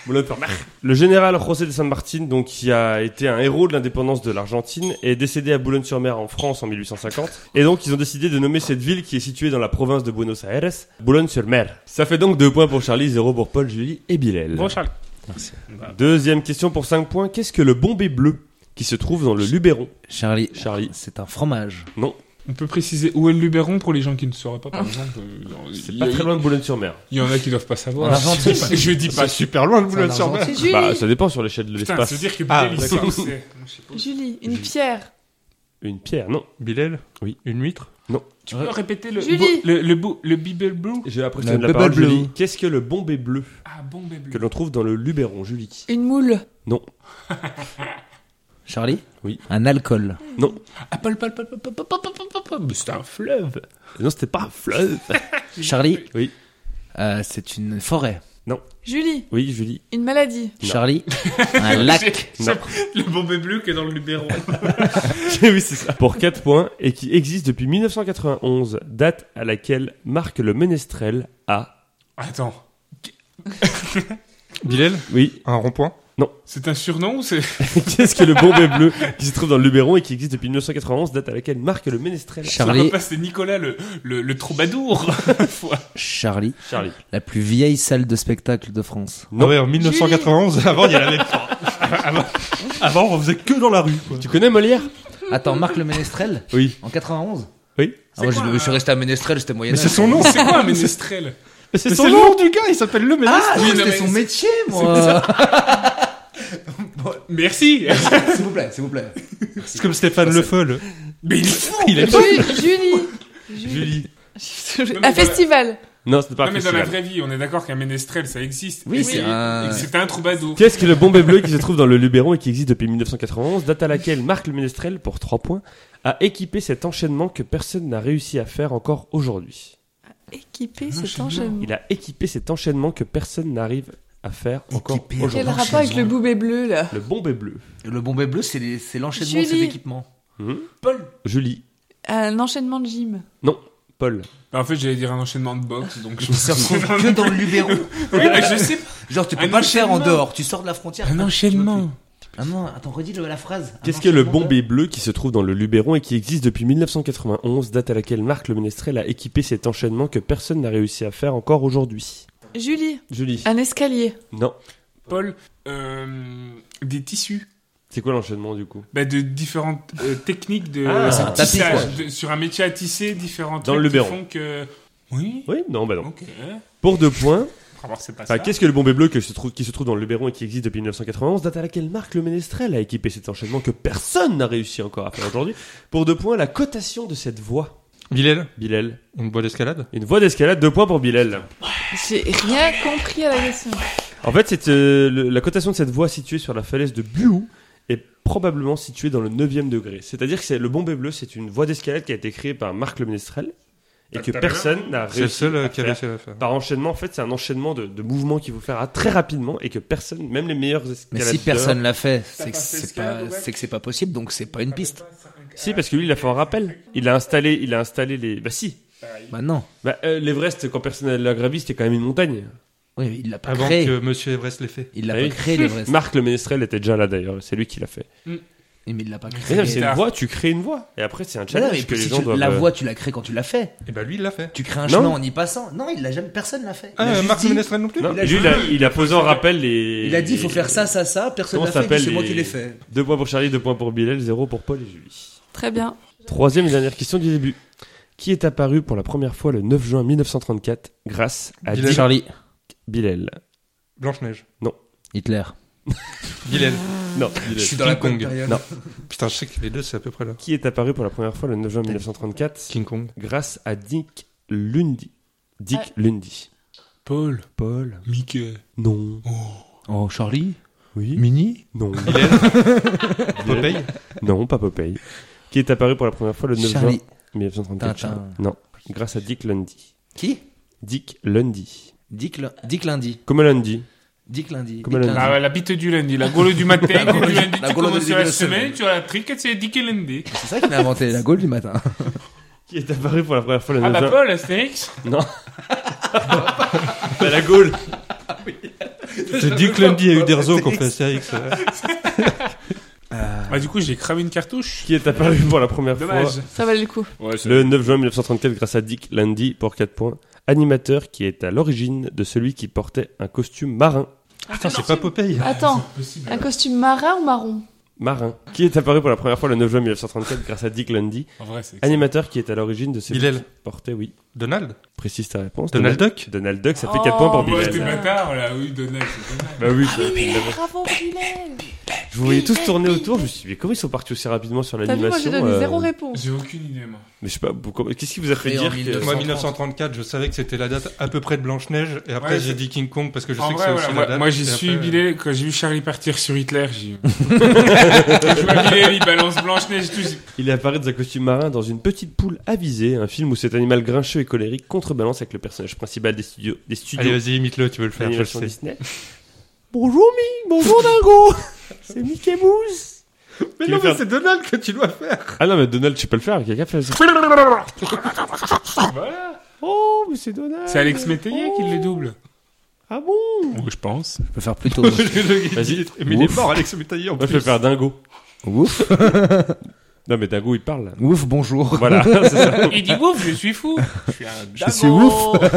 [SPEAKER 4] Boulogne-sur-Mer.
[SPEAKER 1] Le général José de San Martín, donc qui a été un héros de l'indépendance de l'Argentine, est décédé à Boulogne-sur-Mer en France en 1850. Et donc ils ont décidé de nommer cette ville qui est située dans la province de Buenos Aires, Boulogne-sur-Mer. Ça fait donc deux points pour Charlie, 0 pour Paul, Julie et Bilal.
[SPEAKER 4] Bon, Charles.
[SPEAKER 1] Deuxième question pour 5 points. Qu'est-ce que le Bombay bleu qui se trouve dans le Luberon
[SPEAKER 2] Charlie.
[SPEAKER 1] Charlie.
[SPEAKER 2] C'est un fromage.
[SPEAKER 4] On peut préciser où est le Luberon pour les gens qui ne sauraient pas, par exemple. euh,
[SPEAKER 1] Ah. C'est
[SPEAKER 4] il-
[SPEAKER 1] pas très loin de Boulogne-sur-Mer.
[SPEAKER 4] Il y en a qui doivent pas savoir.
[SPEAKER 2] En Argentine.
[SPEAKER 4] Je dis pas- Je dis pas.
[SPEAKER 3] C'est Bah, super loin de
[SPEAKER 2] en
[SPEAKER 3] Boulogne-sur-Mer.
[SPEAKER 2] Argentine.
[SPEAKER 5] C'est Julie.
[SPEAKER 1] Bah ça dépend sur l'échelle de
[SPEAKER 4] Putain, ça veut
[SPEAKER 1] l'espace.
[SPEAKER 4] dire que
[SPEAKER 3] Ah,
[SPEAKER 4] Bilal, il sait où c'est. Non, je sais pas.
[SPEAKER 5] Julie. Une
[SPEAKER 1] Julie.
[SPEAKER 5] pierre.
[SPEAKER 1] Une pierre, non.
[SPEAKER 3] Bilal
[SPEAKER 1] Oui.
[SPEAKER 3] Une huître
[SPEAKER 4] Tu peux répéter le,
[SPEAKER 5] Julie.
[SPEAKER 4] bo- le, le, bo- le Bibel Blue
[SPEAKER 1] J'ai appris
[SPEAKER 2] Le
[SPEAKER 1] la parole,
[SPEAKER 2] Bubble
[SPEAKER 1] Julie.
[SPEAKER 2] Blue.
[SPEAKER 1] Qu'est-ce que le Bombay bleu
[SPEAKER 4] Ah, bon Blue.
[SPEAKER 1] que l'on trouve dans le Luberon, Julie
[SPEAKER 5] Une moule.
[SPEAKER 2] (laughs) Charlie
[SPEAKER 1] Oui.
[SPEAKER 2] Un alcool.
[SPEAKER 4] Ah, Paul, Paul, Paul, Paul, Paul, Paul, Paul, Paul, Paul, Paul, Paul, Mais C'est un fleuve.
[SPEAKER 1] Non, c'était pas un fleuve.
[SPEAKER 2] Charlie
[SPEAKER 1] Oui.
[SPEAKER 2] Euh, c'est une forêt.
[SPEAKER 5] Julie.
[SPEAKER 1] (laughs) Oui, Julie.
[SPEAKER 5] Une maladie.
[SPEAKER 1] Non.
[SPEAKER 2] (laughs) Charlie
[SPEAKER 1] (laughs)
[SPEAKER 2] Un lac.
[SPEAKER 1] Non.
[SPEAKER 4] Le Bombay Bleu qui est dans le Luberon.
[SPEAKER 1] oui, c'est ça. Pour 4 points et qui existe depuis 1991, date à laquelle marque le Ménestrel à.
[SPEAKER 4] Attends.
[SPEAKER 3] Bilal
[SPEAKER 1] Oui. (laughs)
[SPEAKER 3] Un rond-point
[SPEAKER 4] C'est un surnom ou c'est.
[SPEAKER 1] Qu'est-ce que le Bombay bleu qui se trouve dans le Luberon et qui existe depuis 1991, date à laquelle marque le Ménestrel à-
[SPEAKER 4] On va
[SPEAKER 2] Charlie,
[SPEAKER 4] passer Nicolas le, le, le troubadour.
[SPEAKER 2] Charlie,
[SPEAKER 1] Charlie.
[SPEAKER 2] la plus vieille salle de spectacle de France.
[SPEAKER 1] Non.
[SPEAKER 3] Ah ouais, en 1991, avant, il y avait... avant, avant, on faisait que dans la rue, quoi.
[SPEAKER 1] Tu connais Molière
[SPEAKER 2] Attends, Marc le Ménestrel
[SPEAKER 1] (laughs) Oui.
[SPEAKER 2] En 91
[SPEAKER 1] Oui.
[SPEAKER 2] Ah, moi,
[SPEAKER 4] C'est quoi,
[SPEAKER 2] je, je suis
[SPEAKER 4] euh,
[SPEAKER 2] resté à Ménestrel, c'était moyen.
[SPEAKER 3] Mais c'est son nom
[SPEAKER 4] c'est quoi un ménestrel
[SPEAKER 3] Mais C'est le nom du gars, il s'appelle le Ménestrel
[SPEAKER 2] Ah,
[SPEAKER 4] Oui,
[SPEAKER 2] oui,
[SPEAKER 4] non,
[SPEAKER 2] c'était
[SPEAKER 4] mais
[SPEAKER 2] son
[SPEAKER 4] c'est-
[SPEAKER 2] métier, moi
[SPEAKER 4] Merci
[SPEAKER 2] (laughs) S'il vous plaît, s'il vous plaît.
[SPEAKER 3] C'est comme Stéphane Le Foll.
[SPEAKER 4] Mais il est
[SPEAKER 3] Il est
[SPEAKER 5] Ju- Julie. Julie.
[SPEAKER 1] Julie.
[SPEAKER 4] Non, mais
[SPEAKER 5] Un
[SPEAKER 4] dans la-
[SPEAKER 5] festival.
[SPEAKER 1] Non, ce n'est pas
[SPEAKER 4] non,
[SPEAKER 1] un
[SPEAKER 4] mais dans la
[SPEAKER 1] festival.
[SPEAKER 4] vraie vie, on est d'accord qu'un ménestrel ça existe.
[SPEAKER 2] Oui,
[SPEAKER 4] Et
[SPEAKER 2] c'est
[SPEAKER 4] c'est
[SPEAKER 2] un-
[SPEAKER 4] et que c'est un troubadour.
[SPEAKER 1] Qu'est-ce que le Bombay bleu qui se trouve dans le Luberon et qui existe depuis 1991, date à laquelle marque le Ménestrel pour 3 points, a équipé cet enchaînement que personne n'a réussi à faire encore aujourd'hui
[SPEAKER 5] Équipé, c'est enchaînement.
[SPEAKER 1] Ah, Il a équipé cet enchaînement que personne n'arrive à faire encore
[SPEAKER 2] Équipé.
[SPEAKER 1] aujourd'hui.
[SPEAKER 5] Quel rapport avec le boubé bleu là
[SPEAKER 1] Le bombé bleu.
[SPEAKER 2] Le Bombay Bleu, c'est les- c'est l'enchaînement de cet
[SPEAKER 5] Julie.
[SPEAKER 2] équipement.
[SPEAKER 1] Hum. Julie.
[SPEAKER 5] Un enchaînement de gym.
[SPEAKER 1] Paul.
[SPEAKER 4] Bah, en fait, j'allais dire un enchaînement de boxe, donc
[SPEAKER 1] (laughs)
[SPEAKER 4] je
[SPEAKER 2] Ils se retrouvent que dans le Luberon.
[SPEAKER 4] Oui, mais je sais pas.
[SPEAKER 2] Genre, tu peux
[SPEAKER 4] Un
[SPEAKER 2] pas le faire en
[SPEAKER 4] enchaînement.
[SPEAKER 2] dehors. Tu sors de la frontière.
[SPEAKER 4] Un
[SPEAKER 2] tu- tu peux
[SPEAKER 4] enchaînement.
[SPEAKER 2] plus. Ah non, attends, redis le- la phrase. Un
[SPEAKER 1] Qu'est-ce que le
[SPEAKER 2] enchaînement de-
[SPEAKER 1] Bombay bleu qui se trouve dans le Luberon et qui existe depuis 1991, date à laquelle Marc le Ménestrel a équipé cet enchaînement que personne n'a réussi à faire encore aujourd'hui
[SPEAKER 5] Julie,
[SPEAKER 1] Julie.
[SPEAKER 5] un escalier.
[SPEAKER 1] Non.
[SPEAKER 4] Paul, euh, des tissus.
[SPEAKER 1] C'est quoi l'enchaînement du coup
[SPEAKER 4] Bah, de différentes euh, techniques de
[SPEAKER 1] Ah,
[SPEAKER 4] de
[SPEAKER 1] un
[SPEAKER 2] tapis,
[SPEAKER 4] tissage,
[SPEAKER 2] quoi.
[SPEAKER 4] de- sur un métier à tisser, différents
[SPEAKER 1] Dans
[SPEAKER 4] trucs
[SPEAKER 1] le
[SPEAKER 4] qui
[SPEAKER 1] Luberon.
[SPEAKER 4] font que. Oui.
[SPEAKER 1] Oui Non, bah non.
[SPEAKER 4] Ok.
[SPEAKER 1] Pour deux points,
[SPEAKER 4] Alors, c'est pas
[SPEAKER 1] Enfin,
[SPEAKER 4] ça.
[SPEAKER 1] qu'est-ce que le Bombay bleu que se trouve- qui se trouve dans le Luberon et qui existe depuis 1991, date à laquelle Marc le Ménestrel a équipé cet enchaînement que personne n'a réussi encore à faire aujourd'hui Pour deux points, la cotation de cette voie.
[SPEAKER 3] Bilal,
[SPEAKER 1] Bilal.
[SPEAKER 3] une voie d'escalade
[SPEAKER 1] Une voie d'escalade, deux points pour Bilal.
[SPEAKER 5] J'ai rien compris à la question.
[SPEAKER 1] En fait, c'est, euh, le- la cotation de cette voie située sur la falaise de Buhou est probablement située dans le 9e degré. C'est-à-dire que c'est, le Bombay bleu, c'est une voie d'escalade qui a été créée par Marc le Ménestrel et que personne n'a
[SPEAKER 3] C'est le
[SPEAKER 1] réussi
[SPEAKER 3] seul euh,
[SPEAKER 1] à
[SPEAKER 3] qui a
[SPEAKER 1] faire.
[SPEAKER 3] réussi à la faire.
[SPEAKER 1] Par enchaînement, en fait, c'est un enchaînement de, de mouvements qu'il faut faire à très rapidement et que personne, même les meilleurs
[SPEAKER 2] Mais
[SPEAKER 1] escaladeurs...
[SPEAKER 2] si personne l'a fait,
[SPEAKER 4] T'as
[SPEAKER 2] c'est que
[SPEAKER 4] pas fait
[SPEAKER 2] c'est
[SPEAKER 4] escalade,
[SPEAKER 2] pas,
[SPEAKER 4] ouais.
[SPEAKER 2] c'est que c'est pas possible, donc c'est pas une piste.
[SPEAKER 1] Si, parce que lui, il a fait un rappel. Il a installé, il a installé les... Bah si
[SPEAKER 2] Bah non.
[SPEAKER 1] bah, euh, L'Everest, quand personne n'a l'a gravi, c'était quand même une montagne.
[SPEAKER 2] Oui, mais il l'a pas
[SPEAKER 3] Avant
[SPEAKER 2] créé.
[SPEAKER 3] que Monsieur Everest l'ait fait.
[SPEAKER 2] Il l'a
[SPEAKER 1] Ah
[SPEAKER 2] pas
[SPEAKER 1] oui.
[SPEAKER 2] créé, l'Everest.
[SPEAKER 1] Marc le Ménestrel était déjà là, d'ailleurs. C'est lui qui l'a fait.
[SPEAKER 2] Mais il l'a pas
[SPEAKER 1] Mais
[SPEAKER 2] créé.
[SPEAKER 1] non, mais C'est une
[SPEAKER 4] tard.
[SPEAKER 1] voie, tu crées une voie. Et après, c'est un
[SPEAKER 2] Mais non,
[SPEAKER 1] challenge
[SPEAKER 2] mais
[SPEAKER 1] que les
[SPEAKER 2] si
[SPEAKER 1] gens
[SPEAKER 2] tu-
[SPEAKER 1] doivent...
[SPEAKER 2] la
[SPEAKER 1] euh,
[SPEAKER 2] voix, tu l'as créée quand tu l'as fait.
[SPEAKER 3] Et bah lui, il l'a fait.
[SPEAKER 2] Tu crées un
[SPEAKER 1] Non.
[SPEAKER 2] chemin en y passant. Non, il l'a jamais. Personne l'a fait. Il a
[SPEAKER 3] Ah,
[SPEAKER 2] juste
[SPEAKER 3] Marc
[SPEAKER 2] dit-
[SPEAKER 3] le Ménestrel non plus
[SPEAKER 1] Non,
[SPEAKER 2] Il a
[SPEAKER 1] lui, il a, il a posé en rappel les.
[SPEAKER 2] Il a dit, il faut faire ça, ça, ça. Personne
[SPEAKER 1] Comment
[SPEAKER 2] l'a fait.
[SPEAKER 1] s'appelle
[SPEAKER 2] puis C'est moi
[SPEAKER 1] les-
[SPEAKER 2] qui l'ai fait.
[SPEAKER 1] Deux points pour Charlie, deux points pour Bilal, zéro pour Paul et Julie.
[SPEAKER 5] Très bien.
[SPEAKER 1] Troisième et dernière question du début. Qui est apparu pour la première fois le 9 juin 1934 grâce à
[SPEAKER 3] Bilal.
[SPEAKER 1] Dick
[SPEAKER 2] Charlie.
[SPEAKER 1] Bilal
[SPEAKER 3] Blanche-Neige.
[SPEAKER 2] Hitler.
[SPEAKER 3] Bilal.
[SPEAKER 1] Non,
[SPEAKER 3] Je
[SPEAKER 1] Bilal.
[SPEAKER 3] suis dans la
[SPEAKER 2] bonne
[SPEAKER 3] Kong.
[SPEAKER 2] période.
[SPEAKER 1] Non.
[SPEAKER 3] Putain, je sais que les deux, c'est à peu près là.
[SPEAKER 1] Qui est apparu pour la première fois le 9 juin 1934
[SPEAKER 3] King Kong.
[SPEAKER 1] grâce à Dick Lundy Dick Lundy.
[SPEAKER 4] Paul,
[SPEAKER 1] Paul
[SPEAKER 4] Mickey.
[SPEAKER 1] Non.
[SPEAKER 2] Oh, Charlie
[SPEAKER 1] Oui
[SPEAKER 2] Mini
[SPEAKER 1] (laughs) Non.
[SPEAKER 3] Popeye
[SPEAKER 1] Non, pas Popeye. Qui est apparu pour la première fois le 9
[SPEAKER 2] Charlie.
[SPEAKER 1] juin 1934
[SPEAKER 2] Tintin.
[SPEAKER 1] Non, grâce à Dick Lundy.
[SPEAKER 2] Qui
[SPEAKER 1] Dick Lundy.
[SPEAKER 2] Dick, Lu- Dick Lundi.
[SPEAKER 1] Comme lundi.
[SPEAKER 2] Dick Lundi.
[SPEAKER 1] Comment
[SPEAKER 2] Dick
[SPEAKER 1] elle-
[SPEAKER 4] Ah ouais, la bite du lundi, la gaule
[SPEAKER 1] (laughs)
[SPEAKER 4] du matin, que tu lundi,
[SPEAKER 2] la
[SPEAKER 4] tu
[SPEAKER 2] gaule au
[SPEAKER 4] commences
[SPEAKER 2] début
[SPEAKER 4] la
[SPEAKER 2] de la
[SPEAKER 4] semaine,
[SPEAKER 2] semaine.
[SPEAKER 4] tu as la triquette, c'est Dick et lundi.
[SPEAKER 2] C'est ça qu'il a inventé la gaule du matin.
[SPEAKER 1] Qui est apparu pour la première fois le 9
[SPEAKER 4] Ah bah
[SPEAKER 1] juin
[SPEAKER 4] Paul, Astérix
[SPEAKER 1] Non. bah, la Gaule.
[SPEAKER 3] C'est Dick Lundy a eu des réseaux qu'on fait Astérix. euh.
[SPEAKER 4] Bah du coup, j'ai cramé une cartouche.
[SPEAKER 1] Qui est apparu pour la première
[SPEAKER 4] Dommage.
[SPEAKER 1] fois
[SPEAKER 5] Ça valait le coup.
[SPEAKER 1] le 9 juin 1934 grâce à Dick Lundy pour 4 points. Animateur qui est à l'origine de celui qui portait un costume marin.
[SPEAKER 3] Putain, c'est pas Popeye.
[SPEAKER 5] Attends, un costume marin ou marron
[SPEAKER 1] Marin. Qui est apparu pour la première fois le 9 juin 1934 grâce à Dick Lundy.
[SPEAKER 4] En vrai, c'est excellent.
[SPEAKER 1] Animateur qui est à l'origine de celui
[SPEAKER 3] Bilal.
[SPEAKER 1] qui portait, oui.
[SPEAKER 3] Donald
[SPEAKER 1] Précise ta réponse.
[SPEAKER 3] Donald Duck
[SPEAKER 1] Donald Duck, ça fait
[SPEAKER 5] Oh,
[SPEAKER 1] 4 points pour
[SPEAKER 5] ouais,
[SPEAKER 1] Bilal.
[SPEAKER 4] Ouais, bah, t'es bâtard, là, oui, Donald, c'est Donald.
[SPEAKER 1] Bah
[SPEAKER 5] Ah,
[SPEAKER 1] oui, ça-
[SPEAKER 5] Bravo, Bilal
[SPEAKER 1] je vous voyais tous tourner autour, je me suis dit, mais comment ils sont partis aussi rapidement sur
[SPEAKER 5] T'as vu, moi
[SPEAKER 1] l'animation
[SPEAKER 5] j'ai donné
[SPEAKER 1] euh,
[SPEAKER 5] zéro réponse.
[SPEAKER 4] J'ai aucune idée, moi.
[SPEAKER 1] Mais je sais pas, pourquoi- qu'est-ce qui vous a fait
[SPEAKER 2] Et en
[SPEAKER 1] dire que...
[SPEAKER 2] 1900.
[SPEAKER 3] Moi, 1934, je savais que c'était la date à peu près de Blanche-Neige. Et après,
[SPEAKER 4] Ouais,
[SPEAKER 3] j'ai
[SPEAKER 4] c'est-
[SPEAKER 3] dit King Kong parce que je
[SPEAKER 4] En
[SPEAKER 3] sais que
[SPEAKER 4] vrai,
[SPEAKER 3] c'est
[SPEAKER 4] voilà,
[SPEAKER 3] aussi la
[SPEAKER 4] moi,
[SPEAKER 3] date.
[SPEAKER 4] moi, j'ai
[SPEAKER 3] Et après,
[SPEAKER 4] suivi
[SPEAKER 3] euh,
[SPEAKER 4] les- quand j'ai vu Charlie partir sur Hitler, j'ai
[SPEAKER 3] (laughs)
[SPEAKER 4] (laughs) je vois Bilal, il balance Blanche-Neige, tout. j'ai-
[SPEAKER 1] Il apparaît dans un costume marin dans Une petite poule avisée, un film où cet animal grincheux et colérique contrebalance avec le personnage principal des studios, des
[SPEAKER 3] euh, Allez,
[SPEAKER 1] studios
[SPEAKER 3] vas-y, imite-le, tu veux le faire, je le
[SPEAKER 1] d'animation
[SPEAKER 3] sais.
[SPEAKER 1] Disney. Bonjour Mi, bonjour Dingo, (laughs) c'est Mickey Mouse. Qui veut faire-
[SPEAKER 3] c'est Donald que tu dois faire
[SPEAKER 1] Ah non mais Donald, tu peux le faire, quelqu'un fait ça.
[SPEAKER 4] Voilà.
[SPEAKER 1] Oh mais c'est Donald.
[SPEAKER 4] C'est Alex Métayer qui le double.
[SPEAKER 1] Ah bon
[SPEAKER 4] je pense.
[SPEAKER 2] Je peux faire plus tôt.
[SPEAKER 3] (laughs)
[SPEAKER 1] Vas-y.
[SPEAKER 3] Vas-y. Mais il
[SPEAKER 1] Ouf.
[SPEAKER 3] est mort, Alex Métayer, en
[SPEAKER 1] Moi je vais
[SPEAKER 3] plus.
[SPEAKER 1] faire Dingo.
[SPEAKER 2] Ouf.
[SPEAKER 1] Non mais Dingo il (laughs) parle. là.
[SPEAKER 2] Ouf, bonjour.
[SPEAKER 1] Voilà, c'est ça.
[SPEAKER 4] Il dit ouf, je suis fou. Je suis un dingo.
[SPEAKER 2] suis ouf.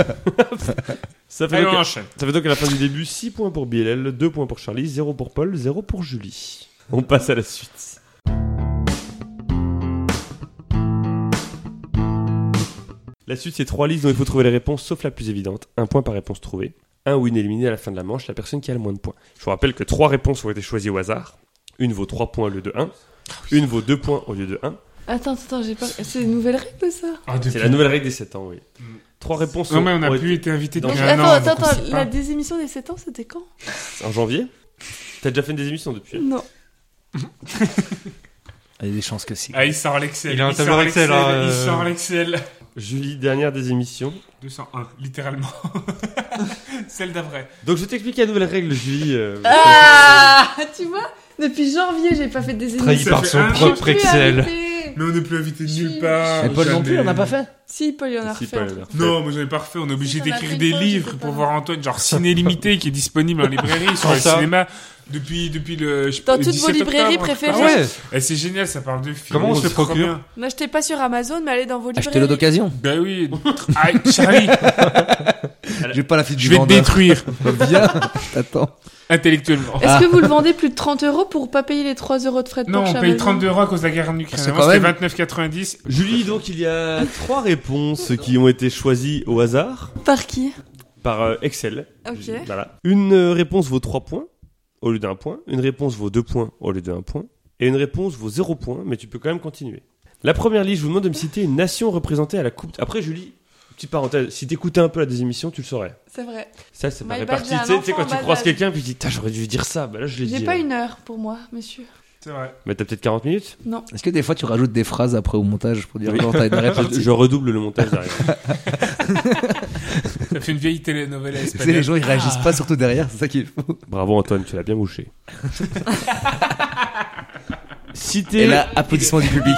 [SPEAKER 1] Ça fait,
[SPEAKER 4] Allez, on
[SPEAKER 1] donc,
[SPEAKER 4] enchaîne.
[SPEAKER 1] ça fait donc à la fin du début 6 points pour Bilal, 2 points pour Charlie, 0 pour Paul, 0 pour Julie. On passe à la suite. La suite, c'est trois listes dont il faut trouver les réponses, sauf la plus évidente. Un point par réponse trouvée. Un win éliminé à la fin de la manche, la personne qui a le moins de points. Je vous rappelle que trois réponses ont été choisies au hasard. Une vaut 3 points au lieu de 1. Une vaut 2 points au lieu de 1.
[SPEAKER 5] Attends, attends, j'ai pas. C'est une nouvelle règle ça
[SPEAKER 4] Ah, depuis-
[SPEAKER 1] C'est la nouvelle règle des 7 ans, oui. Trois réponses
[SPEAKER 4] Non, mais on
[SPEAKER 1] ont
[SPEAKER 4] n'a
[SPEAKER 1] été-
[SPEAKER 4] plus été invité
[SPEAKER 1] Donc,
[SPEAKER 4] depuis
[SPEAKER 5] Donc,
[SPEAKER 4] un
[SPEAKER 5] Attends,
[SPEAKER 4] an.
[SPEAKER 5] attends,
[SPEAKER 4] donc on
[SPEAKER 5] attends,
[SPEAKER 4] sait
[SPEAKER 5] la
[SPEAKER 4] pas.
[SPEAKER 5] désémission des 7 ans c'était quand
[SPEAKER 1] en janvier. T'as déjà fait des émissions depuis hein
[SPEAKER 5] Non.
[SPEAKER 2] Il y a des chances que si.
[SPEAKER 4] Ah, il sort l'Excel.
[SPEAKER 3] Il a un
[SPEAKER 4] sort
[SPEAKER 3] tableur Excel, hein,
[SPEAKER 4] Il
[SPEAKER 3] euh.
[SPEAKER 4] sort l'Excel.
[SPEAKER 1] Julie, dernière des émissions.
[SPEAKER 4] 201, littéralement. (laughs) Celle d'après.
[SPEAKER 1] Donc je t'explique la nouvelle règle, Julie. euh,
[SPEAKER 5] Ah Tu vois Depuis janvier j'ai pas fait de désémission.
[SPEAKER 3] Trahi
[SPEAKER 4] Ça
[SPEAKER 3] par
[SPEAKER 4] fait
[SPEAKER 3] son
[SPEAKER 4] un an.
[SPEAKER 5] J'ai
[SPEAKER 3] propre
[SPEAKER 5] plus
[SPEAKER 3] Excel.
[SPEAKER 5] arrêté. fait.
[SPEAKER 4] Mais on n'est plus invité
[SPEAKER 5] Si.
[SPEAKER 4] nulle part.
[SPEAKER 5] Mais
[SPEAKER 4] jamais.
[SPEAKER 7] Paul non plus, on n'a pas fait
[SPEAKER 5] Si, Paul, il en a
[SPEAKER 1] Si,
[SPEAKER 5] refait.
[SPEAKER 1] Paul,
[SPEAKER 5] en
[SPEAKER 1] il en a
[SPEAKER 5] fait.
[SPEAKER 4] Non, moi j'en ai pas refait. On est obligé
[SPEAKER 5] Si, t'en as fait
[SPEAKER 4] d'écrire
[SPEAKER 5] une
[SPEAKER 4] des
[SPEAKER 5] fois,
[SPEAKER 4] livres
[SPEAKER 5] j'étais pas
[SPEAKER 4] pour
[SPEAKER 5] là.
[SPEAKER 4] voir Antoine, genre Ciné Limité qui est disponible en librairie sur
[SPEAKER 3] Ah,
[SPEAKER 4] le
[SPEAKER 3] ça.
[SPEAKER 4] cinéma depuis, depuis le. je sais pas,
[SPEAKER 5] Dans
[SPEAKER 4] le
[SPEAKER 5] toutes vos
[SPEAKER 4] 17
[SPEAKER 5] librairies
[SPEAKER 4] octobre, un truc
[SPEAKER 5] préférées.
[SPEAKER 2] Ah
[SPEAKER 4] comme ça.
[SPEAKER 3] ouais
[SPEAKER 4] Eh, c'est génial, ça parle de films.
[SPEAKER 3] Comment on se
[SPEAKER 4] c'est
[SPEAKER 3] le
[SPEAKER 4] trop
[SPEAKER 3] procure
[SPEAKER 4] bien.
[SPEAKER 5] N'achetez pas sur Amazon, mais allez dans vos librairies.
[SPEAKER 7] Achetez-le d'occasion.
[SPEAKER 4] Ben oui. Ah, Charlie,
[SPEAKER 7] Je vais pas la fille du
[SPEAKER 4] je vais te
[SPEAKER 7] vendeur.
[SPEAKER 4] détruire
[SPEAKER 7] Viens, (laughs) t'attends.
[SPEAKER 4] intellectuellement.
[SPEAKER 7] Ah.
[SPEAKER 5] Est-ce que vous le vendez plus de 30 euros pour pas payer les 3 euros de frais de
[SPEAKER 4] Non,
[SPEAKER 5] port
[SPEAKER 4] on
[SPEAKER 5] chez
[SPEAKER 4] paye
[SPEAKER 5] Amazon
[SPEAKER 4] 32 euros à cause de la guerre en Ukraine.
[SPEAKER 7] C'est
[SPEAKER 4] Avant,
[SPEAKER 7] quand
[SPEAKER 4] c'était
[SPEAKER 7] même-
[SPEAKER 4] 29,90.
[SPEAKER 1] Julie, donc il y a trois réponses qui ont été choisies au hasard
[SPEAKER 5] Par qui
[SPEAKER 1] par euh, Excel.
[SPEAKER 5] Ok.
[SPEAKER 1] Voilà. Une euh, réponse vaut 3 points au lieu d'un point, une réponse vaut 2 points au lieu d'un point, et une réponse vaut 0 points, mais tu peux quand même continuer. La première liste, je vous demande de me citer une nation représentée à la Coupe. Après, Julie, petite parenthèse, si t'écoutais un peu la des émissions, tu le saurais.
[SPEAKER 5] C'est vrai.
[SPEAKER 1] Ça, ça paraît
[SPEAKER 5] My bad,
[SPEAKER 1] parti.
[SPEAKER 5] j'ai un
[SPEAKER 1] Tu sais- tu sais,
[SPEAKER 5] enfant
[SPEAKER 1] quand tu
[SPEAKER 5] en bas
[SPEAKER 1] croises
[SPEAKER 5] âge.
[SPEAKER 1] quelqu'un, puis tu dis, Putain, j'aurais dû dire ça, bah là, je l'ai dit.
[SPEAKER 5] J'ai pas
[SPEAKER 1] hein.
[SPEAKER 5] une heure pour moi, monsieur.
[SPEAKER 4] C'est vrai.
[SPEAKER 1] Mais t'as peut-être 40 minutes
[SPEAKER 7] Est-ce que des fois tu rajoutes des phrases après au montage pour dire non, t'as une réponse
[SPEAKER 1] je, je redouble le montage derrière.
[SPEAKER 4] Ça fait une vieille telenovela
[SPEAKER 7] Tu sais, les
[SPEAKER 4] espagnole.
[SPEAKER 7] gens ils réagissent pas, surtout derrière, c'est ça qui est fou.
[SPEAKER 1] Bravo Antoine, tu l'as bien mouché. (laughs) Citer.
[SPEAKER 3] Eh
[SPEAKER 7] Et
[SPEAKER 3] ben-
[SPEAKER 7] là, applaudissement du public.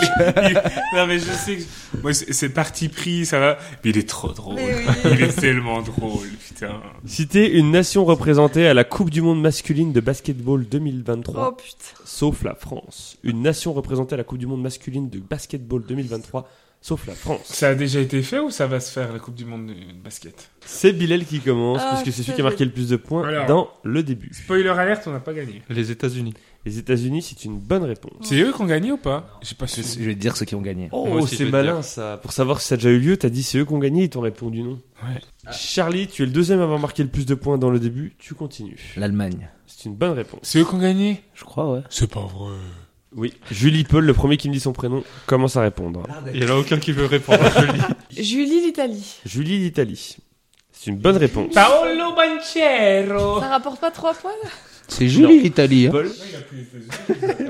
[SPEAKER 4] non, mais je sais que. Moi, c'est c'est parti pris, ça va. Mais il est trop drôle.
[SPEAKER 5] Mais oui.
[SPEAKER 4] Il est tellement drôle, putain.
[SPEAKER 1] Citer une nation représentée à la Coupe du Monde masculine de basketball
[SPEAKER 5] Oh
[SPEAKER 1] 2023,
[SPEAKER 5] putain.
[SPEAKER 1] sauf la France. Une nation représentée à la Coupe du Monde masculine de basketball 2023, sauf la France.
[SPEAKER 4] Ça a déjà été fait ou ça va se faire la Coupe du Monde de basket
[SPEAKER 1] C'est Bilal qui commence,
[SPEAKER 5] Ah,
[SPEAKER 1] parce que c'est celui qui a
[SPEAKER 5] putain,
[SPEAKER 1] marqué le plus de points
[SPEAKER 4] Voilà.
[SPEAKER 1] dans le début.
[SPEAKER 4] Spoiler alerte, on n'a pas gagné.
[SPEAKER 3] Les États-Unis.
[SPEAKER 1] Les États-Unis, c'est une bonne réponse.
[SPEAKER 4] C'est eux qui ont gagné ou pas J'ai
[SPEAKER 7] (laughs)
[SPEAKER 4] pas
[SPEAKER 7] Je,
[SPEAKER 4] su.
[SPEAKER 7] je vais te dire ceux qui ont gagné.
[SPEAKER 3] Moi
[SPEAKER 1] Oh,
[SPEAKER 3] aussi, je
[SPEAKER 1] c'est
[SPEAKER 3] vais
[SPEAKER 1] malin ça. Pour savoir si ça a déjà eu lieu, t'as dit c'est eux qui ont gagné, ils t'ont répondu non.
[SPEAKER 4] Ouais.
[SPEAKER 1] Charlie, tu es le deuxième à avoir marqué le plus de points dans le début, tu continues.
[SPEAKER 7] L'Allemagne.
[SPEAKER 1] C'est une bonne réponse.
[SPEAKER 4] C'est eux qui ont gagné
[SPEAKER 7] Je crois, ouais.
[SPEAKER 4] C'est pas vrai.
[SPEAKER 1] Oui. Julie Paul, le premier qui me dit son prénom, commence à répondre.
[SPEAKER 3] Il y en a aucun qui veut répondre. Je le lis.
[SPEAKER 5] Julie l'Italie.
[SPEAKER 1] Julie l'Italie. C'est une bonne réponse.
[SPEAKER 4] Paolo Banchero
[SPEAKER 5] Ça rapporte pas 3 points là
[SPEAKER 7] C'est Julie l'Italie.
[SPEAKER 1] Paul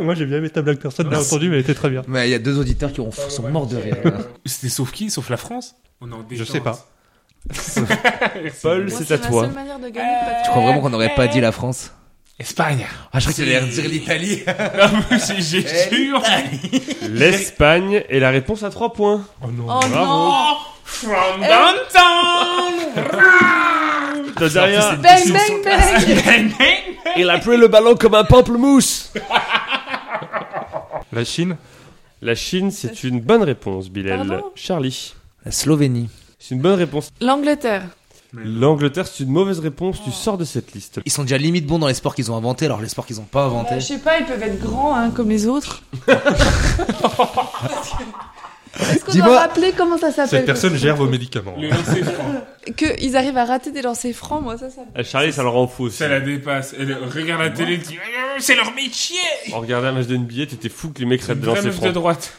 [SPEAKER 3] Moi j'ai bien aimé ta blague, personne n'a entendu, mais elle était très bien.
[SPEAKER 7] Mais il y a deux auditeurs qui ont- sont morts de rire. là.
[SPEAKER 4] C'était sauf qui Sauf la France On est en Oh détente. (laughs)
[SPEAKER 3] sais pas.
[SPEAKER 1] Paul,
[SPEAKER 5] Moi,
[SPEAKER 1] c'est à
[SPEAKER 5] la
[SPEAKER 1] toi.
[SPEAKER 5] seule manière de gagner pas
[SPEAKER 7] (laughs)
[SPEAKER 5] de
[SPEAKER 7] Tu crois vraiment qu'on n'aurait pas dit la France
[SPEAKER 4] Espagne
[SPEAKER 7] Ah, je crois qu'il allait
[SPEAKER 4] (laughs)
[SPEAKER 7] dire l'Italie.
[SPEAKER 4] Ah, mais J'ai
[SPEAKER 7] Eh,
[SPEAKER 4] j'ai sûr
[SPEAKER 1] L'Espagne et la réponse à 3 points.
[SPEAKER 3] Oh non.
[SPEAKER 5] Oh
[SPEAKER 1] Bravo.
[SPEAKER 4] From
[SPEAKER 7] Eh.
[SPEAKER 4] downtown (laughs)
[SPEAKER 1] derrière,
[SPEAKER 5] non Bang, bang,
[SPEAKER 4] (laughs)
[SPEAKER 5] bang
[SPEAKER 1] il a pris le ballon comme un pamplemousse.
[SPEAKER 4] (laughs)
[SPEAKER 3] La Chine
[SPEAKER 1] La Chine, c'est une bonne réponse, Bilal.
[SPEAKER 5] Pardon
[SPEAKER 1] Charlie.
[SPEAKER 7] (laughs) La Slovénie.
[SPEAKER 1] C'est une bonne réponse.
[SPEAKER 5] L'Angleterre.
[SPEAKER 1] L'Angleterre, c'est une mauvaise réponse. Tu sors de cette liste.
[SPEAKER 7] Ils sont déjà limite bons dans les sports qu'ils ont inventés, alors les sports qu'ils ont pas
[SPEAKER 5] Bah,
[SPEAKER 7] inventés.
[SPEAKER 5] je sais pas, ils peuvent être grands hein, comme les autres. Est-ce qu'on
[SPEAKER 7] Dis-moi-
[SPEAKER 5] doit rappeler comment ça s'appelle
[SPEAKER 3] Cette personne
[SPEAKER 5] parce
[SPEAKER 3] gère vos médicaments.
[SPEAKER 4] Le lancer franc.
[SPEAKER 5] Que ils arrivent à rater des lancers francs, moi ça, ça. me-
[SPEAKER 1] Ah, Charlie, ça le rend fou. aussi.
[SPEAKER 4] Ça la dépasse. Elle regarde la télé, dit euh, C'est leur métier
[SPEAKER 1] On regardait un match de NBA, t'étais fou que les mecs ratent des
[SPEAKER 4] Vraie
[SPEAKER 1] lancers
[SPEAKER 4] meuf de
[SPEAKER 1] francs.
[SPEAKER 4] droite.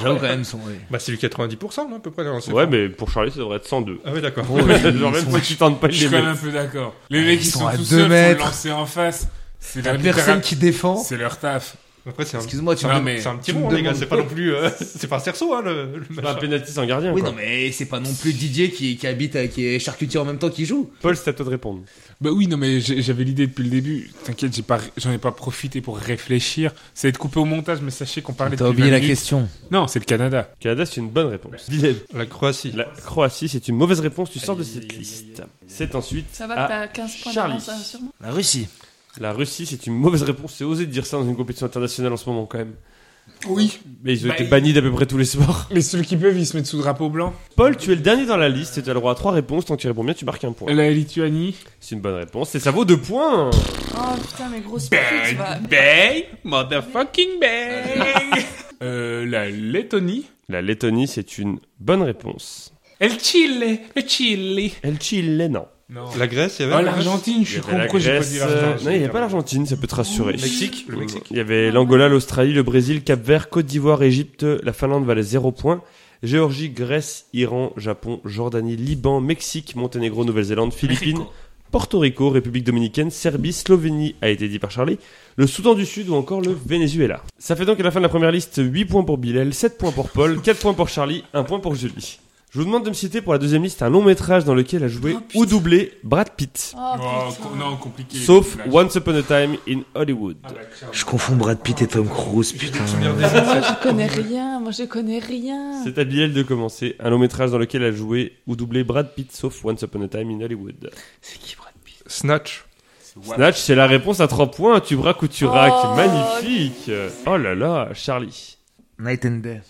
[SPEAKER 7] J'avoue quand même, ils sont. (laughs)
[SPEAKER 3] Bah c'est du 90% non, à peu près. non, c'est
[SPEAKER 1] Ouais,
[SPEAKER 3] pas-
[SPEAKER 1] mais pour Charlie, ça devrait être 102.
[SPEAKER 3] Ah ouais, d'accord.
[SPEAKER 7] Bon, ouais, Oh, ils
[SPEAKER 1] Genre, même
[SPEAKER 7] sont-
[SPEAKER 1] si tu tentes pas de
[SPEAKER 4] Je suis
[SPEAKER 1] les
[SPEAKER 4] quand même un
[SPEAKER 1] mettre.
[SPEAKER 4] peu d'accord. Les mecs,
[SPEAKER 7] ils
[SPEAKER 4] ils
[SPEAKER 7] sont
[SPEAKER 4] sont
[SPEAKER 7] à
[SPEAKER 4] tout
[SPEAKER 7] deux
[SPEAKER 4] seuls, faut le
[SPEAKER 7] mètres.
[SPEAKER 4] lancer en face. C'est
[SPEAKER 7] La
[SPEAKER 4] leur
[SPEAKER 7] personne qui défend.
[SPEAKER 4] C'est leur taf.
[SPEAKER 3] Après c'est un,
[SPEAKER 7] Excuse-moi, tu
[SPEAKER 4] Non,
[SPEAKER 7] me-
[SPEAKER 4] mais-
[SPEAKER 3] c'est un petit
[SPEAKER 7] tu me
[SPEAKER 3] rond les gars,
[SPEAKER 7] demandes-
[SPEAKER 3] c'est pas non plus... euh, (laughs) c'est pas un cerceau hein, le, le
[SPEAKER 1] C'est pas un
[SPEAKER 3] machin.
[SPEAKER 1] pénalty sans gardien.
[SPEAKER 7] Oui,
[SPEAKER 1] quoi.
[SPEAKER 7] non, mais c'est pas non plus Didier qui, qui habite, euh, qui est charcutier en même temps qui joue.
[SPEAKER 1] Paul, c'est à toi de répondre.
[SPEAKER 4] Bah oui, non, mais j'ai- j'avais l'idée depuis le début. T'inquiète, j'ai pas, j'en ai pas profité pour réfléchir. Ça va être coupé au montage, mais sachez qu'on parlait de.
[SPEAKER 7] T'as oublié la question.
[SPEAKER 4] Non, c'est le Canada.
[SPEAKER 1] Canada, c'est une bonne réponse.
[SPEAKER 3] La Croatie.
[SPEAKER 1] La Croatie, c'est une mauvaise réponse. Tu sors de cette liste. C'est ensuite
[SPEAKER 5] Ça va,
[SPEAKER 1] à
[SPEAKER 5] t'as 15 points
[SPEAKER 1] Euh, Charlie.
[SPEAKER 5] d'avance hein, sûrement.
[SPEAKER 7] La Russie.
[SPEAKER 1] la Russie. C'est une mauvaise réponse. C'est osé de dire ça dans une compétition internationale en ce moment, quand même.
[SPEAKER 4] Oui.
[SPEAKER 1] Mais ils ont
[SPEAKER 4] Bah,
[SPEAKER 1] été
[SPEAKER 4] ils-
[SPEAKER 1] bannis d'à peu près tous les sports. (laughs)
[SPEAKER 4] Mais ceux qui peuvent, ils se mettent sous drapeau blanc.
[SPEAKER 1] Paul, tu es le dernier dans la liste. Tu as le droit à trois réponses. Tant que tu réponds bien, tu marques un point.
[SPEAKER 4] La Lituanie.
[SPEAKER 1] C'est une bonne réponse. Et ça vaut deux points.
[SPEAKER 5] Oh putain, mais grosse pute, tu vas.
[SPEAKER 4] Bang, motherfucking bang. (laughs) euh, la Lettonie.
[SPEAKER 1] La Lettonie, c'est une bonne réponse.
[SPEAKER 4] El Chile, le Chile.
[SPEAKER 1] El Chile, non.
[SPEAKER 4] Non.
[SPEAKER 3] La Grèce, il y avait...
[SPEAKER 4] Oh,
[SPEAKER 3] la Grèce
[SPEAKER 4] l'Argentine,
[SPEAKER 1] Il y
[SPEAKER 4] je suis
[SPEAKER 1] avait
[SPEAKER 4] con.
[SPEAKER 1] la
[SPEAKER 4] Pourquoi j'ai pas
[SPEAKER 1] Grèce,
[SPEAKER 4] dit
[SPEAKER 1] euh,
[SPEAKER 4] l'Argentine
[SPEAKER 1] Non, il n'y a pas l'Argentine, ça peut te rassurer.
[SPEAKER 3] Mexique, le Mexique.
[SPEAKER 1] Il y avait l'Angola, l'Australie, le Brésil, Cap Vert, Côte d'Ivoire, Égypte, la Finlande valait 0 points. Géorgie, Grèce, Iran, Japon, Jordanie, Liban, Mexique, Monténégro, Nouvelle-Zélande, Philippines, Porto Rico, République Dominicaine, Serbie, Slovénie a été dit par Charlie, le Soudan du Sud ou encore le Venezuela. Ça fait donc à la fin de la première liste 8 points pour Bilal, 7 points pour Paul, 4 points pour Charlie, 1 point pour Julie. Je vous demande de me citer pour la deuxième liste un long métrage dans lequel a
[SPEAKER 3] Ah,
[SPEAKER 1] joué ou doublé Brad Pitt,
[SPEAKER 5] Oh,
[SPEAKER 4] Oh,
[SPEAKER 5] putain.
[SPEAKER 4] co- non, compliqué.
[SPEAKER 1] sauf
[SPEAKER 4] Là,
[SPEAKER 1] Once Upon a Time in Hollywood.
[SPEAKER 4] Ah, bah, clairement.
[SPEAKER 6] Je confonds Brad Pitt et Tom Cruise, putain.
[SPEAKER 5] Moi, Ah, je connais rien. Moi, je connais rien.
[SPEAKER 1] C'est à Bilal de commencer. Un long métrage dans lequel a joué ou doublé Brad Pitt, sauf Once Upon a Time in Hollywood.
[SPEAKER 7] C'est qui Brad Pitt
[SPEAKER 3] Snatch.
[SPEAKER 1] Snatch, c'est la réponse à 3 points. Tu bras ou tu raques.
[SPEAKER 5] Oh.
[SPEAKER 1] Magnifique. Oh là là, Charlie.
[SPEAKER 7] Night and Day.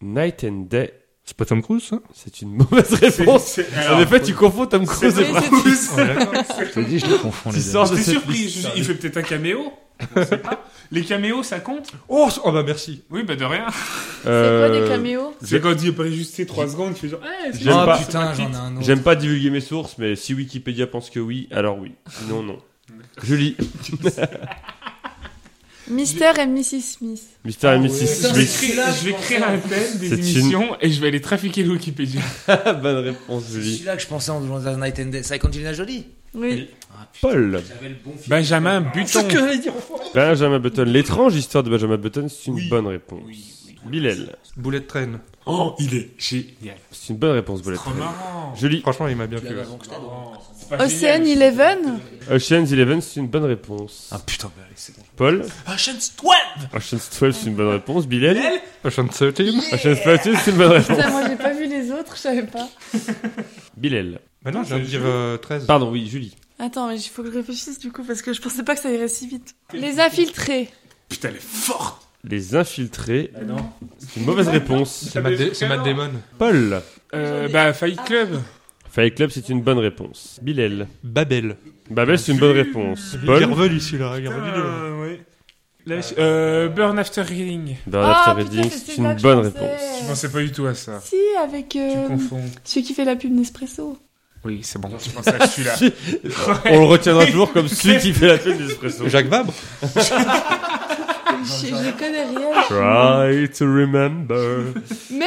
[SPEAKER 1] Night and Day,
[SPEAKER 3] C'est pas Tom Cruise, ça
[SPEAKER 1] c'est une mauvaise réponse.
[SPEAKER 4] C'est-
[SPEAKER 1] En (laughs)
[SPEAKER 4] alors,
[SPEAKER 1] effet, tu confonds Tom Cruise
[SPEAKER 5] C'est-
[SPEAKER 1] et Brad
[SPEAKER 5] c'est-
[SPEAKER 1] Pitt.
[SPEAKER 7] Je te
[SPEAKER 4] (laughs)
[SPEAKER 7] dis, je les confonds
[SPEAKER 1] Tu
[SPEAKER 7] les deux.
[SPEAKER 1] sors de
[SPEAKER 4] J'étais
[SPEAKER 1] cette
[SPEAKER 4] surpris.
[SPEAKER 1] liste,
[SPEAKER 4] je-
[SPEAKER 1] Charlie.
[SPEAKER 4] Il fait peut-être un caméo. On sait pas. Les caméos, ça compte
[SPEAKER 3] Oh, oh bah merci.
[SPEAKER 4] Oui, bah de rien.
[SPEAKER 5] C'est quoi des
[SPEAKER 1] Euh,
[SPEAKER 5] caméos
[SPEAKER 4] C'est quand il apparaît juste ces 3 secondes, il fait genre. Eh, c'est
[SPEAKER 1] J'aime
[SPEAKER 4] Brad
[SPEAKER 1] pas-
[SPEAKER 4] Pitt,
[SPEAKER 6] Putain,
[SPEAKER 4] c'est Brad
[SPEAKER 6] j'en ai un autre.
[SPEAKER 1] J'aime pas divulguer mes sources, mais si Wikipédia pense que oui, alors oui. Sinon,
[SPEAKER 4] (laughs)
[SPEAKER 1] non. Julie.
[SPEAKER 5] Mister et Mrs. Smith.
[SPEAKER 1] Mr. et Mrs.
[SPEAKER 4] Pitt.
[SPEAKER 1] Smith.
[SPEAKER 5] (laughs)
[SPEAKER 4] Je vais créer- je vais créer un thème des
[SPEAKER 1] C'est une-
[SPEAKER 4] émissions et je vais aller trafiquer le
[SPEAKER 1] (laughs)
[SPEAKER 4] Wikipédia.
[SPEAKER 1] Bonne réponse,
[SPEAKER 7] C'est
[SPEAKER 1] Julie.
[SPEAKER 7] celui-là que je pensais en jouant à Night and Day. C'est avec Angelina Jolie
[SPEAKER 5] Oui.
[SPEAKER 4] Ah,
[SPEAKER 1] Paul.
[SPEAKER 4] Benjamin Button.
[SPEAKER 1] Benjamin Button. L'étrange histoire de Benjamin Button, c'est une bonne réponse. Bilal.
[SPEAKER 3] Bullet Train.
[SPEAKER 4] Oh, il est génial.
[SPEAKER 1] C'est une bonne réponse, Bullet
[SPEAKER 4] Trop
[SPEAKER 1] Train.
[SPEAKER 4] marrant.
[SPEAKER 1] Julie.
[SPEAKER 3] Franchement, il m'a bien
[SPEAKER 7] Tu l'avais
[SPEAKER 3] plu.
[SPEAKER 7] avant que je t'aide.
[SPEAKER 5] Ocean Eleven
[SPEAKER 1] Ocean's Eleven, c'est une bonne réponse.
[SPEAKER 6] Ah putain, bah, allez, c'est bon.
[SPEAKER 1] Paul.
[SPEAKER 6] Ocean's 12
[SPEAKER 1] Ocean's 12, c'est une bonne réponse. Bilal.
[SPEAKER 3] Ocean 13.
[SPEAKER 1] Ocean's 13, c'est une bonne réponse.
[SPEAKER 5] Putain, moi, j'ai pas vu les autres, je savais pas.
[SPEAKER 1] Bilal.
[SPEAKER 3] Bah non, je viens de dire euh, 13.
[SPEAKER 1] Pardon, oui, Julie.
[SPEAKER 5] Attends, mais il faut que je réfléchisse du coup, parce que je pensais pas que ça irait si vite. Les infiltrés.
[SPEAKER 4] Putain, elle est forte.
[SPEAKER 1] Les infiltrés.
[SPEAKER 5] Ah
[SPEAKER 1] C'est une mauvaise réponse.
[SPEAKER 4] Ça
[SPEAKER 3] C'est Matt,
[SPEAKER 4] veut
[SPEAKER 3] Da-
[SPEAKER 4] dire
[SPEAKER 3] c'est Matt
[SPEAKER 4] canon.
[SPEAKER 3] Damon.
[SPEAKER 1] Paul.
[SPEAKER 4] Euh, bah, Fight Club.
[SPEAKER 1] Fight Club, c'est une bonne réponse. Bilal.
[SPEAKER 3] Babel.
[SPEAKER 1] Babel, c'est une bonne réponse.
[SPEAKER 3] Il est
[SPEAKER 1] Paul.
[SPEAKER 3] revenu celui-là. Il est revenu de
[SPEAKER 1] Euh,
[SPEAKER 4] Putain, ouais. Là, je- euh, Burn After Reading.
[SPEAKER 1] Burn
[SPEAKER 5] Ah,
[SPEAKER 1] After
[SPEAKER 5] putain,
[SPEAKER 1] Reading,
[SPEAKER 5] c'est
[SPEAKER 1] c'est
[SPEAKER 5] celle-là
[SPEAKER 1] une
[SPEAKER 5] que je
[SPEAKER 1] bonne
[SPEAKER 5] pensais.
[SPEAKER 1] réponse.
[SPEAKER 4] Je pensais pas du tout à ça.
[SPEAKER 5] Si, avec
[SPEAKER 4] Tu
[SPEAKER 5] euh,
[SPEAKER 4] confonds.
[SPEAKER 5] celui qui fait la pub Nespresso.
[SPEAKER 4] Oui, c'est bon. Je pensais à (laughs) celui-là.
[SPEAKER 1] On le retiendra toujours comme celui qui fait la tête (laughs) d'espresso.
[SPEAKER 3] Jacques Vabre.
[SPEAKER 5] Je, je connais rien.
[SPEAKER 1] Try to remember.
[SPEAKER 5] Mais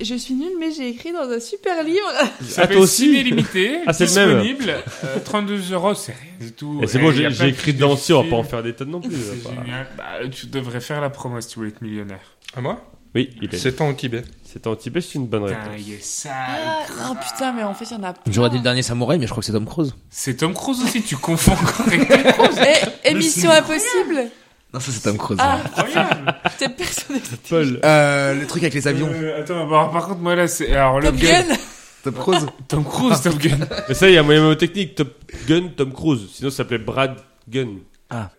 [SPEAKER 5] je suis nulle, mais j'ai écrit dans un super livre.
[SPEAKER 4] Ça
[SPEAKER 1] Ah, toi
[SPEAKER 4] fait
[SPEAKER 1] aussi
[SPEAKER 4] ciné limité,
[SPEAKER 1] Ah, c'est le même.
[SPEAKER 4] disponible, euh, 32 euros, c'est rien du tout.
[SPEAKER 1] Et c'est
[SPEAKER 4] Euh,
[SPEAKER 1] bon,
[SPEAKER 4] il y a
[SPEAKER 1] j'ai
[SPEAKER 4] plein
[SPEAKER 1] j'ai
[SPEAKER 4] de
[SPEAKER 1] écrit
[SPEAKER 4] films
[SPEAKER 1] dedans aussi, on va pas en
[SPEAKER 4] dessus.
[SPEAKER 1] faire des tonnes non plus.
[SPEAKER 4] C'est
[SPEAKER 1] on va pas-
[SPEAKER 4] génial. Bah, tu devrais faire la promo si tu voulais être millionnaire.
[SPEAKER 3] À moi
[SPEAKER 1] Oui, il est.
[SPEAKER 3] C'est en Tibet.
[SPEAKER 1] C'est en Tibet, c'est une bonne
[SPEAKER 4] Putain,
[SPEAKER 1] réponse.
[SPEAKER 4] Ah, il est sale.
[SPEAKER 5] Ah, oh putain, mais en fait, il y en a plein.
[SPEAKER 7] J'aurais dit le dernier samouraï, mais je crois que c'est Tom Cruise.
[SPEAKER 4] C'est Tom Cruise aussi, tu confonds correctement.
[SPEAKER 1] (laughs)
[SPEAKER 5] Eh, émission impossible
[SPEAKER 7] Non, ça c'est Tom Cruise.
[SPEAKER 5] Ah,
[SPEAKER 4] Incroyable.
[SPEAKER 5] peut-être personne.
[SPEAKER 4] Oh,
[SPEAKER 1] Paul.
[SPEAKER 7] Euh, le truc avec les avions.
[SPEAKER 4] Euh, attends, bah, par contre, moi là, c'est. Alors, le
[SPEAKER 5] Top Gun
[SPEAKER 7] Tom Cruise
[SPEAKER 4] Tom Cruise, Top Gun.
[SPEAKER 1] Mais ça, il y a un moyen mot technique. Top Gun, Tom Cruise. Sinon, ça s'appelait Brad Gun.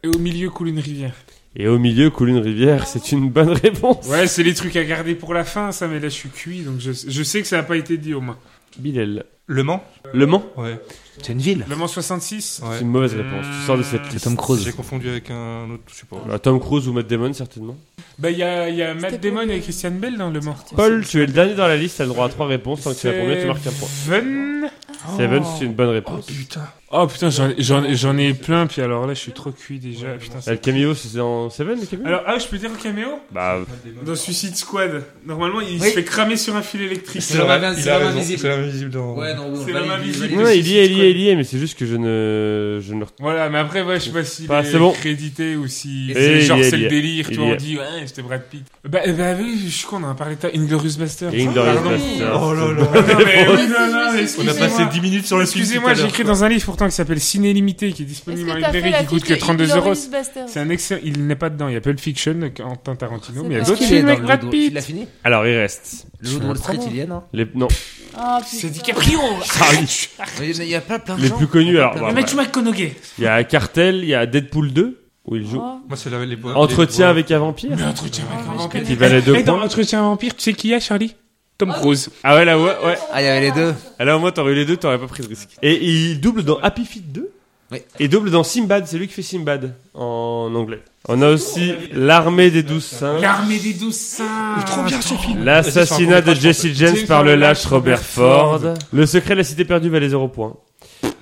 [SPEAKER 4] Et au milieu coule une rivière.
[SPEAKER 1] Et au milieu coule une rivière, c'est une bonne réponse.
[SPEAKER 4] Ouais, c'est les trucs à garder pour la fin, ça, mais là, je suis cuit, donc je, je sais que ça n'a pas été dit au moins.
[SPEAKER 1] Bilal.
[SPEAKER 3] Le Mans
[SPEAKER 1] Le Mans,
[SPEAKER 3] Ouais.
[SPEAKER 7] C'est une ville.
[SPEAKER 4] Le Mans 66
[SPEAKER 1] c'est
[SPEAKER 3] ouais.
[SPEAKER 1] une mauvaise réponse. Tu sors de cette
[SPEAKER 2] Euh,
[SPEAKER 7] C'est
[SPEAKER 1] liste.
[SPEAKER 7] Tom Cruise.
[SPEAKER 3] J'ai confondu avec un autre, je sais pas.
[SPEAKER 1] Ah, Tom Cruise ou Matt Damon, certainement.
[SPEAKER 4] Bah, il y a, il y a Matt
[SPEAKER 5] C'était pour
[SPEAKER 4] Damon
[SPEAKER 5] le-
[SPEAKER 4] et Christian Bell dans Le Mans.
[SPEAKER 1] Paul, tu es le dernier dans la liste, t'as le droit à trois réponses. Tant que c'est la première, tu marques un point.
[SPEAKER 4] Seven.
[SPEAKER 1] Seven, c'est une bonne
[SPEAKER 3] Oh
[SPEAKER 1] réponse.
[SPEAKER 3] putain.
[SPEAKER 4] Oh putain, j'en- j'en j'en ai plein, puis alors là, je suis trop cuit déjà. Putain,
[SPEAKER 1] Ah,
[SPEAKER 4] c'est-
[SPEAKER 1] Le caméo, c'est dans Seven, le caméo
[SPEAKER 4] alors, ah, je peux dire un caméo
[SPEAKER 1] Bah,
[SPEAKER 4] Dans Suicide Squad, normalement, il
[SPEAKER 7] Oui.
[SPEAKER 4] se fait cramer sur un fil électrique.
[SPEAKER 7] C'est l'homme invi-
[SPEAKER 3] Il
[SPEAKER 7] c'est
[SPEAKER 3] a
[SPEAKER 7] l'homme
[SPEAKER 3] raison,
[SPEAKER 7] invisible.
[SPEAKER 3] C'est l'homme invisible dans.
[SPEAKER 7] Ouais, non, bon,
[SPEAKER 4] C'est
[SPEAKER 7] valide,
[SPEAKER 4] l'homme invisible.
[SPEAKER 7] valide.
[SPEAKER 4] Ouais,
[SPEAKER 1] ouais, il y est, il y est,
[SPEAKER 4] Squad.
[SPEAKER 1] il y est, mais c'est juste que je ne, je ne le
[SPEAKER 4] Voilà, mais après, ouais, je sais pas s'il
[SPEAKER 1] Bah,
[SPEAKER 4] est,
[SPEAKER 1] c'est bon.
[SPEAKER 4] crédité ou si
[SPEAKER 7] Et
[SPEAKER 1] il
[SPEAKER 4] c'est
[SPEAKER 1] y
[SPEAKER 4] genre
[SPEAKER 1] est,
[SPEAKER 4] c'est
[SPEAKER 1] il y
[SPEAKER 4] le
[SPEAKER 1] est.
[SPEAKER 4] délire,
[SPEAKER 1] Il
[SPEAKER 4] toi,
[SPEAKER 1] y
[SPEAKER 4] on
[SPEAKER 1] est.
[SPEAKER 4] dit, ouais, c'était Brad Pitt. Bah, bah oui, je suis con, on en a parlé de toi. Inglorious Bastard.
[SPEAKER 1] Inglourious
[SPEAKER 5] pardon.
[SPEAKER 1] Basterds.
[SPEAKER 3] Oh
[SPEAKER 4] (laughs)
[SPEAKER 3] là
[SPEAKER 4] Non,
[SPEAKER 3] là.
[SPEAKER 4] mais oui,
[SPEAKER 5] Réponse.
[SPEAKER 4] non, non,
[SPEAKER 3] On a
[SPEAKER 5] Excusez-moi.
[SPEAKER 3] passé 10 minutes sur le film.
[SPEAKER 4] Excusez-moi, j'ai écrit
[SPEAKER 3] j'écris
[SPEAKER 4] dans un livre pourtant qui s'appelle Ciné Limité, qui est
[SPEAKER 5] Est-ce
[SPEAKER 4] disponible en
[SPEAKER 5] que t'as fait
[SPEAKER 4] librairie,
[SPEAKER 5] la
[SPEAKER 4] qui coûte
[SPEAKER 5] fiche
[SPEAKER 4] que
[SPEAKER 5] de
[SPEAKER 4] 32 euros.
[SPEAKER 5] Inglourious Basterds
[SPEAKER 4] C'est un excellent. Il n'est pas dedans. Il y a Pulp Fiction, Quentin Tarantino,
[SPEAKER 5] C'est
[SPEAKER 4] mais il y a
[SPEAKER 5] pas
[SPEAKER 4] d'autres
[SPEAKER 5] Est-ce
[SPEAKER 7] qu'il est dans
[SPEAKER 4] films avec
[SPEAKER 7] le
[SPEAKER 4] Brad
[SPEAKER 7] dos
[SPEAKER 4] Pitt.
[SPEAKER 7] Il l'a fini
[SPEAKER 1] Alors, il reste.
[SPEAKER 7] Le loup de Wall Street, il y en a.
[SPEAKER 1] Les, non,
[SPEAKER 5] Ah,
[SPEAKER 4] C'est
[SPEAKER 5] putain.
[SPEAKER 4] DiCaprio
[SPEAKER 1] Ah
[SPEAKER 4] Arrête
[SPEAKER 7] Ah, Il y en a- il y a pas plein de
[SPEAKER 1] les
[SPEAKER 7] gens.
[SPEAKER 1] plus connus, alors. bah,
[SPEAKER 4] Mais
[SPEAKER 1] voilà.
[SPEAKER 4] tu m'as connogué
[SPEAKER 1] Il y a Cartel, il y a Deadpool 2, où il joue.
[SPEAKER 5] Oh.
[SPEAKER 3] Moi, c'est la- les bois-
[SPEAKER 1] Entretien
[SPEAKER 3] les bois-
[SPEAKER 1] avec un vampire.
[SPEAKER 4] Mais Entretien avec un vampire
[SPEAKER 1] Qui valait deux
[SPEAKER 4] Et dans
[SPEAKER 1] points.
[SPEAKER 4] Entretien avec un vampire, tu sais qui y a, Charlie Tom Cruise.
[SPEAKER 1] Ah ouais, là, ouais, ouais.
[SPEAKER 7] Ah, il y avait les deux.
[SPEAKER 1] Ah, Là, au moins, t'aurais eu les deux, t'aurais pas pris de risque. Et il double dans Happy Feet 2.
[SPEAKER 7] Ouais.
[SPEAKER 1] Et double dans Simbad, c'est lui qui fait Simbad en anglais. On a aussi L'armée des douze singes.
[SPEAKER 4] L'armée des douze singes Trop bien ce film
[SPEAKER 1] L'assassinat de Jesse James
[SPEAKER 4] C'est
[SPEAKER 1] par le lâche
[SPEAKER 4] par
[SPEAKER 1] Robert Ford. Le secret de la cité perdue valait 0 points.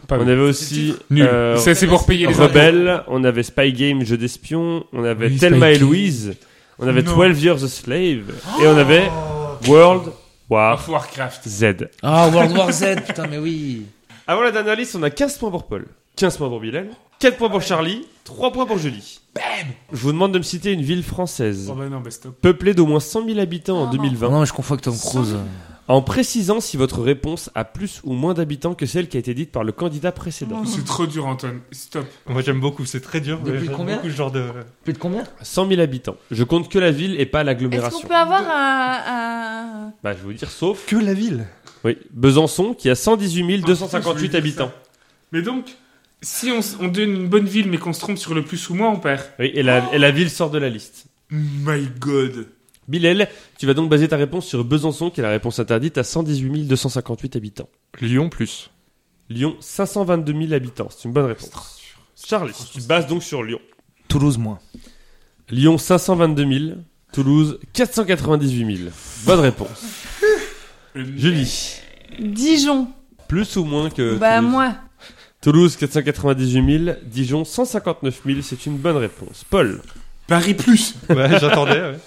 [SPEAKER 4] Pas
[SPEAKER 1] On
[SPEAKER 4] bon.
[SPEAKER 1] avait aussi
[SPEAKER 4] Nul.
[SPEAKER 1] euh,
[SPEAKER 4] Ça, c'est pour payer les impôts.
[SPEAKER 1] Rebelle, on avait Spy Game, jeu d'espion, on avait
[SPEAKER 4] Oui,
[SPEAKER 1] Thelma
[SPEAKER 4] Spy
[SPEAKER 1] et
[SPEAKER 4] Game.
[SPEAKER 1] Louise, on avait
[SPEAKER 4] Non.
[SPEAKER 1] 12 Years a Slave et on avait World War
[SPEAKER 4] Of Warcraft.
[SPEAKER 1] Z.
[SPEAKER 7] Ah, World War Z, putain, mais oui.
[SPEAKER 1] Avant la Ah, dernière liste, on a 15 points pour Paul, 15 points pour Bilal, 4 points pour Charlie, 3 points pour Julie. Je vous demande de me citer une ville française
[SPEAKER 4] Oh bah non, bah stop.
[SPEAKER 1] peuplée d'au moins 100 000 habitants en
[SPEAKER 5] Oh.
[SPEAKER 1] 2020.
[SPEAKER 7] Non, mais je confonds avec Tom Cruise.
[SPEAKER 1] en précisant si votre réponse a plus ou moins d'habitants que celle qui a été dite par le candidat précédent.
[SPEAKER 4] C'est trop dur, Antoine. Stop.
[SPEAKER 3] Moi j'aime beaucoup, c'est très dur. mais
[SPEAKER 2] Depuis
[SPEAKER 3] j'aime
[SPEAKER 2] combien
[SPEAKER 3] beaucoup ce genre de.
[SPEAKER 2] Plus de combien
[SPEAKER 1] 100 000 habitants. Je compte que la ville et pas
[SPEAKER 5] Est-ce qu'on
[SPEAKER 1] l'agglomération.
[SPEAKER 5] peut avoir un. un-
[SPEAKER 1] Bah, je vais vous dire, sauf
[SPEAKER 3] Que la ville
[SPEAKER 1] oui, Besançon qui a 118 258
[SPEAKER 4] Ah,
[SPEAKER 1] habitants.
[SPEAKER 4] Mais donc, si on, s- on donne une bonne ville mais qu'on se trompe sur le plus ou moins, on perd.
[SPEAKER 1] Oui, et la, et la ville sort de la liste.
[SPEAKER 4] My God.
[SPEAKER 1] Bilal, tu vas donc baser ta réponse sur Besançon qui est la réponse interdite à 118 258 habitants.
[SPEAKER 8] Lyon plus.
[SPEAKER 1] Lyon, 522 000 habitants. C'est une bonne réponse. Charlie, tu te bases donc sur Lyon.
[SPEAKER 6] Toulouse moins.
[SPEAKER 1] Lyon 522 000, Toulouse 498 000. Bonne réponse. Julie,
[SPEAKER 5] Dijon
[SPEAKER 1] plus ou moins que
[SPEAKER 5] Bah,
[SPEAKER 1] Euh, Toulouse.
[SPEAKER 5] moi.
[SPEAKER 1] Toulouse 498 000, Dijon 159 000, c'est une bonne réponse. Paul,
[SPEAKER 4] Paris plus.
[SPEAKER 3] Ouais, j'attendais. ouais.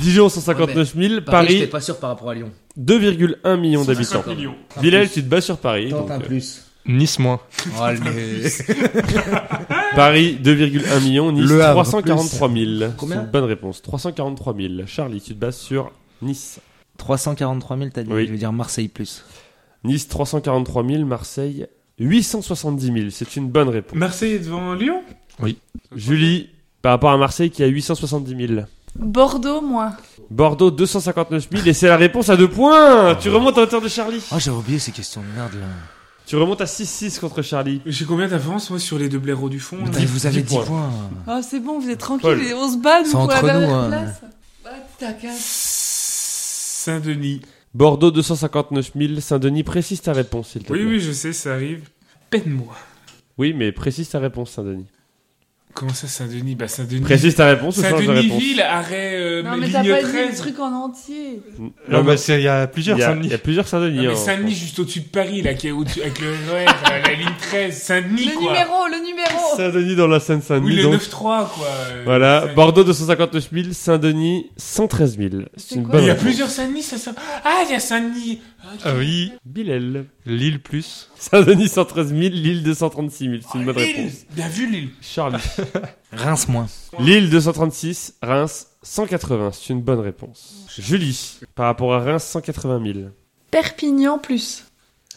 [SPEAKER 1] Dijon 159 000,
[SPEAKER 2] Paris,
[SPEAKER 1] Paris
[SPEAKER 2] j'étais pas sûr par rapport à Lyon.
[SPEAKER 1] 2,1 millions d'habitants.
[SPEAKER 4] 50 millions.
[SPEAKER 1] Villel, tu te bats sur Paris.
[SPEAKER 7] Tente
[SPEAKER 1] donc,
[SPEAKER 7] un
[SPEAKER 1] euh,
[SPEAKER 7] plus.
[SPEAKER 8] Nice moins.
[SPEAKER 2] Oh, le
[SPEAKER 6] (laughs)
[SPEAKER 1] Paris 2,1 millions, Nice
[SPEAKER 6] Le Havre,
[SPEAKER 1] 343 000.
[SPEAKER 2] Combien
[SPEAKER 1] C'est une bonne réponse. 343 000. Charlie, tu te bases sur Nice.
[SPEAKER 6] 343 000, t'as dit.
[SPEAKER 1] Oui.
[SPEAKER 6] Je veux dire Marseille plus.
[SPEAKER 1] Nice 343 000, Marseille 870 000, c'est une bonne réponse.
[SPEAKER 4] Marseille est devant Lyon
[SPEAKER 1] Julie, par rapport à Marseille qui a 870 000.
[SPEAKER 5] Bordeaux, moi.
[SPEAKER 1] Bordeaux, 259 000. Et c'est la réponse à deux points. Tu remontes à hauteur de Charlie.
[SPEAKER 6] Ah, j'avais oublié ces questions de merde là.
[SPEAKER 1] Tu remontes à 6-6 contre Charlie.
[SPEAKER 4] J'ai combien d'avance, moi, sur les deux blaireaux du fond là
[SPEAKER 6] Putain, vous avez
[SPEAKER 1] 10
[SPEAKER 6] 10 points.
[SPEAKER 5] Oh, c'est bon, vous êtes
[SPEAKER 1] Paul.
[SPEAKER 5] tranquille, on se bat, nous,
[SPEAKER 6] C'est
[SPEAKER 5] pour la
[SPEAKER 6] entre
[SPEAKER 5] dernière
[SPEAKER 6] nous, hein.
[SPEAKER 5] place. Bah, tac, hein.
[SPEAKER 4] Saint-Denis.
[SPEAKER 1] Bordeaux, 259 000. Saint-Denis, précise ta réponse, s'il te
[SPEAKER 4] Oui,
[SPEAKER 1] plaît.
[SPEAKER 4] oui, je sais, ça arrive. Peine-moi.
[SPEAKER 1] Oui, mais précise ta réponse, Saint-Denis.
[SPEAKER 4] Comment ça, Saint-Denis Bah, Saint-Denis.
[SPEAKER 1] Précise ta réponse ou change de réponse
[SPEAKER 4] Saint-Denis-Ville, arrêt euh,
[SPEAKER 5] Non,
[SPEAKER 4] mais
[SPEAKER 5] mais t'as
[SPEAKER 4] ligne
[SPEAKER 5] pas dit le
[SPEAKER 4] 13.
[SPEAKER 5] truc en entier.
[SPEAKER 1] Non,
[SPEAKER 3] Non,
[SPEAKER 1] mais
[SPEAKER 3] mais c'est- il y a
[SPEAKER 1] il
[SPEAKER 3] plusieurs
[SPEAKER 1] y, a- il
[SPEAKER 3] Saint-Denis.
[SPEAKER 1] y a plusieurs Saint-Denis.
[SPEAKER 4] Non, mais
[SPEAKER 1] hein,
[SPEAKER 4] Saint-Denis,
[SPEAKER 1] en
[SPEAKER 4] juste au-dessus de Paris, là, qui est au-dessus, avec le RER, euh,
[SPEAKER 1] (laughs)
[SPEAKER 4] la ligne 13. Saint-Denis,
[SPEAKER 5] Le
[SPEAKER 4] quoi.
[SPEAKER 5] numéro, le
[SPEAKER 1] France.
[SPEAKER 5] numéro
[SPEAKER 1] Saint-Denis dans la Seine-Saint-Denis.
[SPEAKER 4] Oui, le
[SPEAKER 1] donc.
[SPEAKER 4] 9-3, quoi. euh,
[SPEAKER 1] Voilà,
[SPEAKER 4] Saint-Denis.
[SPEAKER 1] Bordeaux 259 000, Saint-Denis 113 000. C'est
[SPEAKER 5] C'est
[SPEAKER 1] une
[SPEAKER 5] quoi
[SPEAKER 1] bonne
[SPEAKER 4] Il y a
[SPEAKER 1] réponse.
[SPEAKER 4] plusieurs Saint-Denis, ça, ça. Ah, il y a Saint-Denis.
[SPEAKER 3] Ah oui,
[SPEAKER 1] Bilal.
[SPEAKER 8] Lille plus.
[SPEAKER 1] Saint-Denis 113 000, Lille 236 000. C'est une bonne
[SPEAKER 4] Ah, Lille.
[SPEAKER 1] réponse.
[SPEAKER 4] Bien vu, Lille.
[SPEAKER 1] Charlie.
[SPEAKER 6] Reims moins.
[SPEAKER 1] Lille 236, Reims 180, c'est une bonne réponse. Julie, par rapport à Reims 180 000.
[SPEAKER 5] Perpignan plus.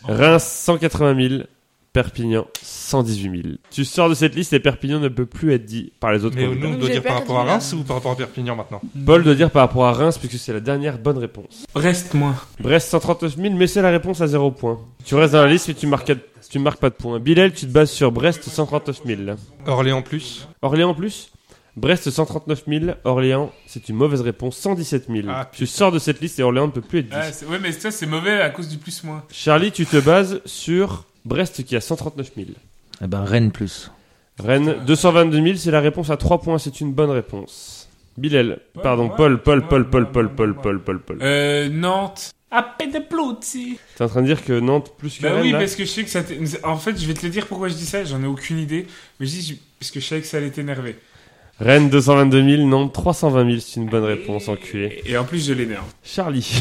[SPEAKER 1] Reims 180 000, Perpignan 118 000. Tu sors de cette liste et Perpignan ne peut plus être dit par les autres.
[SPEAKER 3] Mais nous,
[SPEAKER 1] candidats.
[SPEAKER 3] on
[SPEAKER 5] Donc
[SPEAKER 3] doit
[SPEAKER 5] j'ai
[SPEAKER 3] dire par
[SPEAKER 5] perdu,
[SPEAKER 3] rapport à
[SPEAKER 5] là.
[SPEAKER 3] Reims ou par rapport à Perpignan maintenant
[SPEAKER 1] Paul doit dire par rapport à Reims puisque c'est la dernière bonne réponse.
[SPEAKER 4] Reste moins.
[SPEAKER 1] Brest 139 000, mais c'est la réponse à 0 point. Tu restes dans la liste mais tu marques, tu marques pas de points. Bilal, tu te bases sur Brest 139 000.
[SPEAKER 3] Orléans plus.
[SPEAKER 1] Orléans plus Brest 139 000, Orléans, c'est une mauvaise réponse, 117 000.
[SPEAKER 4] Ah,
[SPEAKER 1] tu sors de cette liste et Orléans ne peut plus être dit.
[SPEAKER 4] Ah, c'est- ouais, mais ça, c'est mauvais à cause du plus-moins.
[SPEAKER 1] Charlie, tu te bases sur Brest qui a 139 000.
[SPEAKER 6] Eh ben Rennes plus.
[SPEAKER 1] Rennes, 222 000, c'est la réponse à 3 points, c'est une bonne réponse. Bilal,
[SPEAKER 4] Paul,
[SPEAKER 1] pardon,
[SPEAKER 4] ouais,
[SPEAKER 1] Paul, Paul,
[SPEAKER 4] ouais,
[SPEAKER 1] Paul, Paul,
[SPEAKER 4] ouais,
[SPEAKER 1] Paul,
[SPEAKER 4] ouais,
[SPEAKER 1] Paul,
[SPEAKER 4] ouais.
[SPEAKER 1] Paul, Paul, Paul.
[SPEAKER 4] Euh, Nantes. À peine de plotti.
[SPEAKER 1] T'es en train de dire que Nantes plus que
[SPEAKER 4] Bah
[SPEAKER 1] Rennes
[SPEAKER 4] oui,
[SPEAKER 1] là
[SPEAKER 4] parce que je sais que ça. t'é- En fait, je vais te le dire pourquoi je dis ça, j'en ai aucune idée. Mais je dis, je- parce que je savais que ça allait t'énerver.
[SPEAKER 1] Rennes, 222 000, Nantes, 320 000, c'est une
[SPEAKER 4] Bah
[SPEAKER 1] bonne réponse, enculé.
[SPEAKER 4] Et en plus, je l'énerve. (laughs)
[SPEAKER 1] Charlie,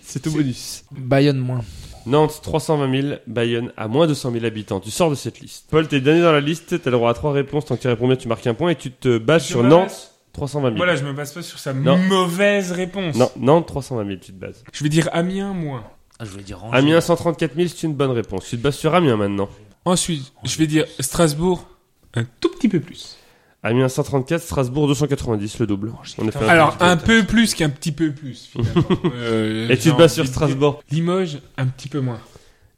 [SPEAKER 1] c'est tout bonus.
[SPEAKER 6] Bayonne moins.
[SPEAKER 1] Nantes, 320 000, Bayonne à moins de 100 000 habitants. Tu sors de cette liste. Paul, t'es dernier dans la liste, t'as le droit à 3 réponses. Tant que tu réponds bien, tu marques un point et tu te bases
[SPEAKER 4] Je
[SPEAKER 1] sur
[SPEAKER 4] me
[SPEAKER 1] Nantes,
[SPEAKER 4] base-
[SPEAKER 1] 320 000.
[SPEAKER 4] Voilà, je me base pas sur sa
[SPEAKER 1] Non.
[SPEAKER 4] mauvaise réponse.
[SPEAKER 1] Non, Nantes, 320 000, tu te bases.
[SPEAKER 4] Je vais dire Amiens, moi.
[SPEAKER 2] Ah, je voulais dire Angers.
[SPEAKER 1] Amiens, 134 000, c'est une bonne réponse. Tu te bases sur Amiens maintenant.
[SPEAKER 4] Ensuite, je vais dire Strasbourg. Un tout petit peu plus.
[SPEAKER 1] Amiens, 134, Strasbourg, 290, le double.
[SPEAKER 4] Oh,
[SPEAKER 1] On a fait un-
[SPEAKER 4] Alors, un peu plus qu'un petit peu plus, finalement.
[SPEAKER 1] (laughs)
[SPEAKER 4] Euh,
[SPEAKER 1] Et tu
[SPEAKER 4] j'ai
[SPEAKER 1] te bases sur
[SPEAKER 4] envie de
[SPEAKER 1] Strasbourg.
[SPEAKER 4] dire Limoges, un petit peu moins.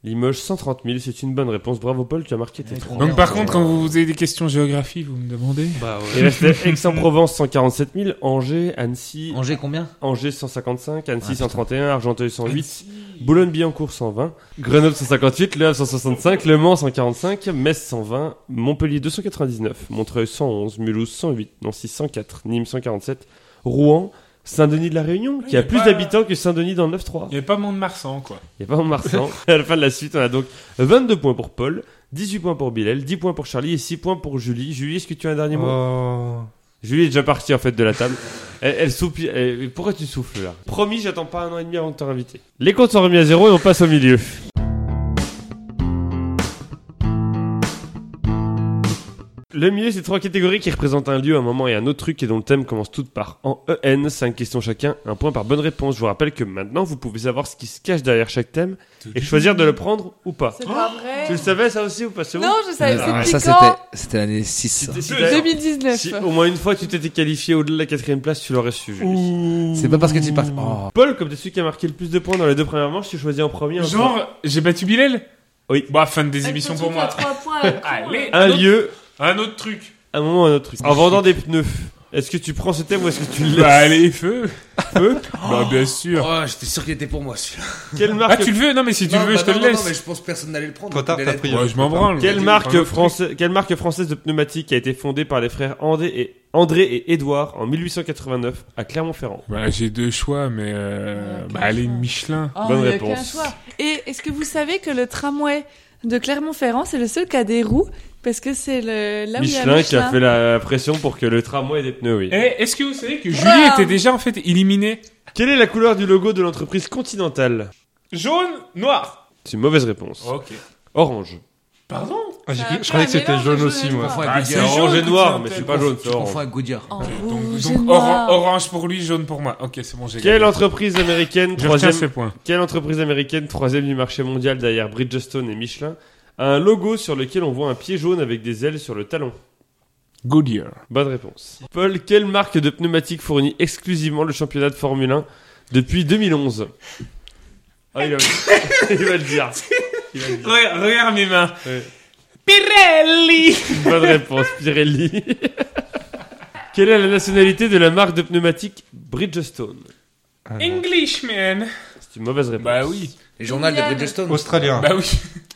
[SPEAKER 1] Limoges, 130 000, c'est une bonne réponse. Bravo Paul, tu as marqué tes trois.
[SPEAKER 4] Donc, par contre, quand vous avez des questions géographie, vous me demandez.
[SPEAKER 8] Bah
[SPEAKER 1] Il
[SPEAKER 4] (laughs)
[SPEAKER 1] restait Aix-en-Provence, 147 000, Angers, Annecy,
[SPEAKER 2] Angers, combien
[SPEAKER 1] Angers 155, Annecy 131, Argenteuil 108, Boulogne-Billancourt 120, Grenoble 158, Le Havre 165, Le Mans 145, Metz 120, Montpellier 299, Montreuil 111, Mulhouse 108, Nancy 104, Nîmes 147, Rouen, Saint-Denis de la Réunion, qui a
[SPEAKER 4] mais
[SPEAKER 1] plus
[SPEAKER 4] pas-
[SPEAKER 1] d'habitants que Saint-Denis dans le 9-3.
[SPEAKER 4] Il n'y avait pas moins de Marsan, quoi.
[SPEAKER 1] Il n'y a pas Marsan. à la fin de la suite, on a donc 22 points pour Paul, 18 points pour Bilal, 10 points pour Charlie et 6 points pour Julie. Julie, est-ce que tu as un dernier mot
[SPEAKER 3] Oh.
[SPEAKER 1] Julie est déjà partie en fait de la table. Elle, elle soupire. elle- pourquoi tu souffles là Promis, j'attends pas un an et demi avant de te réinviter. Les comptes sont remis à zéro et on passe au milieu. Le milieu, c'est trois catégories qui représentent un lieu, un moment et un autre truc et dont le thème commence toutes par en EN. Cinq questions chacun, un point par bonne réponse. Je vous rappelle que maintenant, vous pouvez savoir ce qui se cache derrière chaque thème et choisir de le prendre ou pas.
[SPEAKER 5] C'est pas vrai.
[SPEAKER 1] Tu le savais ça aussi ou pas c'est bon
[SPEAKER 5] Non, je savais,
[SPEAKER 2] Ah,
[SPEAKER 5] Euh, c'était
[SPEAKER 6] c'était,
[SPEAKER 5] quand
[SPEAKER 6] c'était l'année 6. ça.
[SPEAKER 1] Si- si- d'ailleurs,
[SPEAKER 5] 2019.
[SPEAKER 1] si au moins une fois tu t'étais qualifié au-delà de la quatrième place, tu l'aurais su. Julie.
[SPEAKER 6] C'est pas parce que tu pars. Oh.
[SPEAKER 1] Paul, comme t'es celui qui a marqué le plus de points dans les deux premières manches, tu choisis en premier. un point.
[SPEAKER 4] Genre, j'ai battu Bilal
[SPEAKER 1] Oui.
[SPEAKER 4] Bah, fin des émissions pour moi. Allez,
[SPEAKER 1] un
[SPEAKER 4] autre-
[SPEAKER 1] lieu,
[SPEAKER 4] un autre truc.
[SPEAKER 1] un moment, un autre truc. En vendant des pneus, est-ce que tu prends ce thème ou est-ce que tu le
[SPEAKER 4] Bah,
[SPEAKER 1] laisses
[SPEAKER 4] allez, feu.
[SPEAKER 1] Feu
[SPEAKER 4] Bah, bien sûr.
[SPEAKER 7] Oh, j'étais sûr qu'il était pour moi celui-là.
[SPEAKER 1] Quelle
[SPEAKER 4] Ah,
[SPEAKER 1] marque
[SPEAKER 4] tu le veux Non, mais si tu
[SPEAKER 7] Non,
[SPEAKER 4] le veux,
[SPEAKER 7] bah
[SPEAKER 4] je te
[SPEAKER 7] non,
[SPEAKER 4] le
[SPEAKER 7] non, non, mais
[SPEAKER 4] laisse.
[SPEAKER 7] je pense que personne n'allait le prendre.
[SPEAKER 8] Trop tard,
[SPEAKER 7] Il
[SPEAKER 8] t'as
[SPEAKER 7] allait-
[SPEAKER 8] pris.
[SPEAKER 4] Ouais, je m'en branle.
[SPEAKER 1] Quelle
[SPEAKER 4] Vas-y, prends
[SPEAKER 1] marque,
[SPEAKER 4] un autre truc.
[SPEAKER 1] française, quelle marque française de pneumatique a été fondée par les frères André et, André et Édouard en 1889 à Clermont-Ferrand
[SPEAKER 4] Bah, j'ai deux choix, mais euh,
[SPEAKER 5] Ouais,
[SPEAKER 4] bah,
[SPEAKER 5] quel
[SPEAKER 4] allez,
[SPEAKER 5] choix.
[SPEAKER 4] Michelin.
[SPEAKER 5] Oh,
[SPEAKER 1] Bonne
[SPEAKER 5] il y a
[SPEAKER 1] réponse.
[SPEAKER 5] qu'un choix. Et est-ce que vous savez que le tramway de Clermont-Ferrand, c'est le seul qui a des roues Parce que c'est le là où il y a
[SPEAKER 1] Michelin qui a fait la pression pour que le tramway ait des pneus, oui.
[SPEAKER 4] Eh, est-ce que vous savez que Julie
[SPEAKER 5] Wow.
[SPEAKER 4] était déjà en fait éliminée
[SPEAKER 1] Quelle est la couleur du logo de l'entreprise Continental
[SPEAKER 4] Jaune, noir.
[SPEAKER 1] C'est une mauvaise réponse.
[SPEAKER 4] Ok.
[SPEAKER 1] Orange.
[SPEAKER 4] Pardon
[SPEAKER 8] Ah, j'ai
[SPEAKER 5] Ça
[SPEAKER 8] cru-
[SPEAKER 5] va
[SPEAKER 8] je croyais
[SPEAKER 5] pas,
[SPEAKER 8] que c'était
[SPEAKER 5] mélange,
[SPEAKER 8] jaune
[SPEAKER 5] Euh, je
[SPEAKER 8] aussi,
[SPEAKER 5] veux
[SPEAKER 8] moi.
[SPEAKER 5] pas.
[SPEAKER 2] Enfin,
[SPEAKER 4] Ah,
[SPEAKER 2] Didier,
[SPEAKER 4] c'est
[SPEAKER 1] C'est orange et
[SPEAKER 4] jaune,
[SPEAKER 1] noir,
[SPEAKER 4] Continental.
[SPEAKER 1] mais c'est pas jaune, c'est
[SPEAKER 2] Tu
[SPEAKER 1] orange.
[SPEAKER 2] confonds avec Goodyear.
[SPEAKER 5] En
[SPEAKER 4] Donc,
[SPEAKER 5] rouge et
[SPEAKER 4] donc
[SPEAKER 5] noir.
[SPEAKER 4] oran- orange pour lui, jaune pour moi. Ok, c'est bon, j'ai
[SPEAKER 1] Quelle
[SPEAKER 4] gagné.
[SPEAKER 1] entreprise américaine,
[SPEAKER 4] Je retiens
[SPEAKER 1] troisième,
[SPEAKER 4] ce point.
[SPEAKER 1] quelle entreprise américaine, troisième du marché mondial derrière Bridgestone et Michelin, a un logo sur lequel on voit un pied jaune avec des ailes sur le talon
[SPEAKER 4] Goodyear.
[SPEAKER 1] Bonne réponse. Paul, quelle marque de pneumatique fournit exclusivement le championnat de Formule 1 depuis 2011 Ah, il, va... (laughs) il va le dire. Il va le dire.
[SPEAKER 4] Regarde, regarde mes mains.
[SPEAKER 1] Ouais.
[SPEAKER 4] (laughs) Pirelli
[SPEAKER 1] Bonne réponse, Pirelli. (laughs) Quelle est la nationalité de la marque de pneumatique Bridgestone
[SPEAKER 4] Ah, Englishman.
[SPEAKER 1] C'est une mauvaise réponse.
[SPEAKER 4] Bah oui.
[SPEAKER 7] Les journaux de
[SPEAKER 5] Julian.
[SPEAKER 7] Bridgestone.
[SPEAKER 8] Australien.
[SPEAKER 4] Bah oui.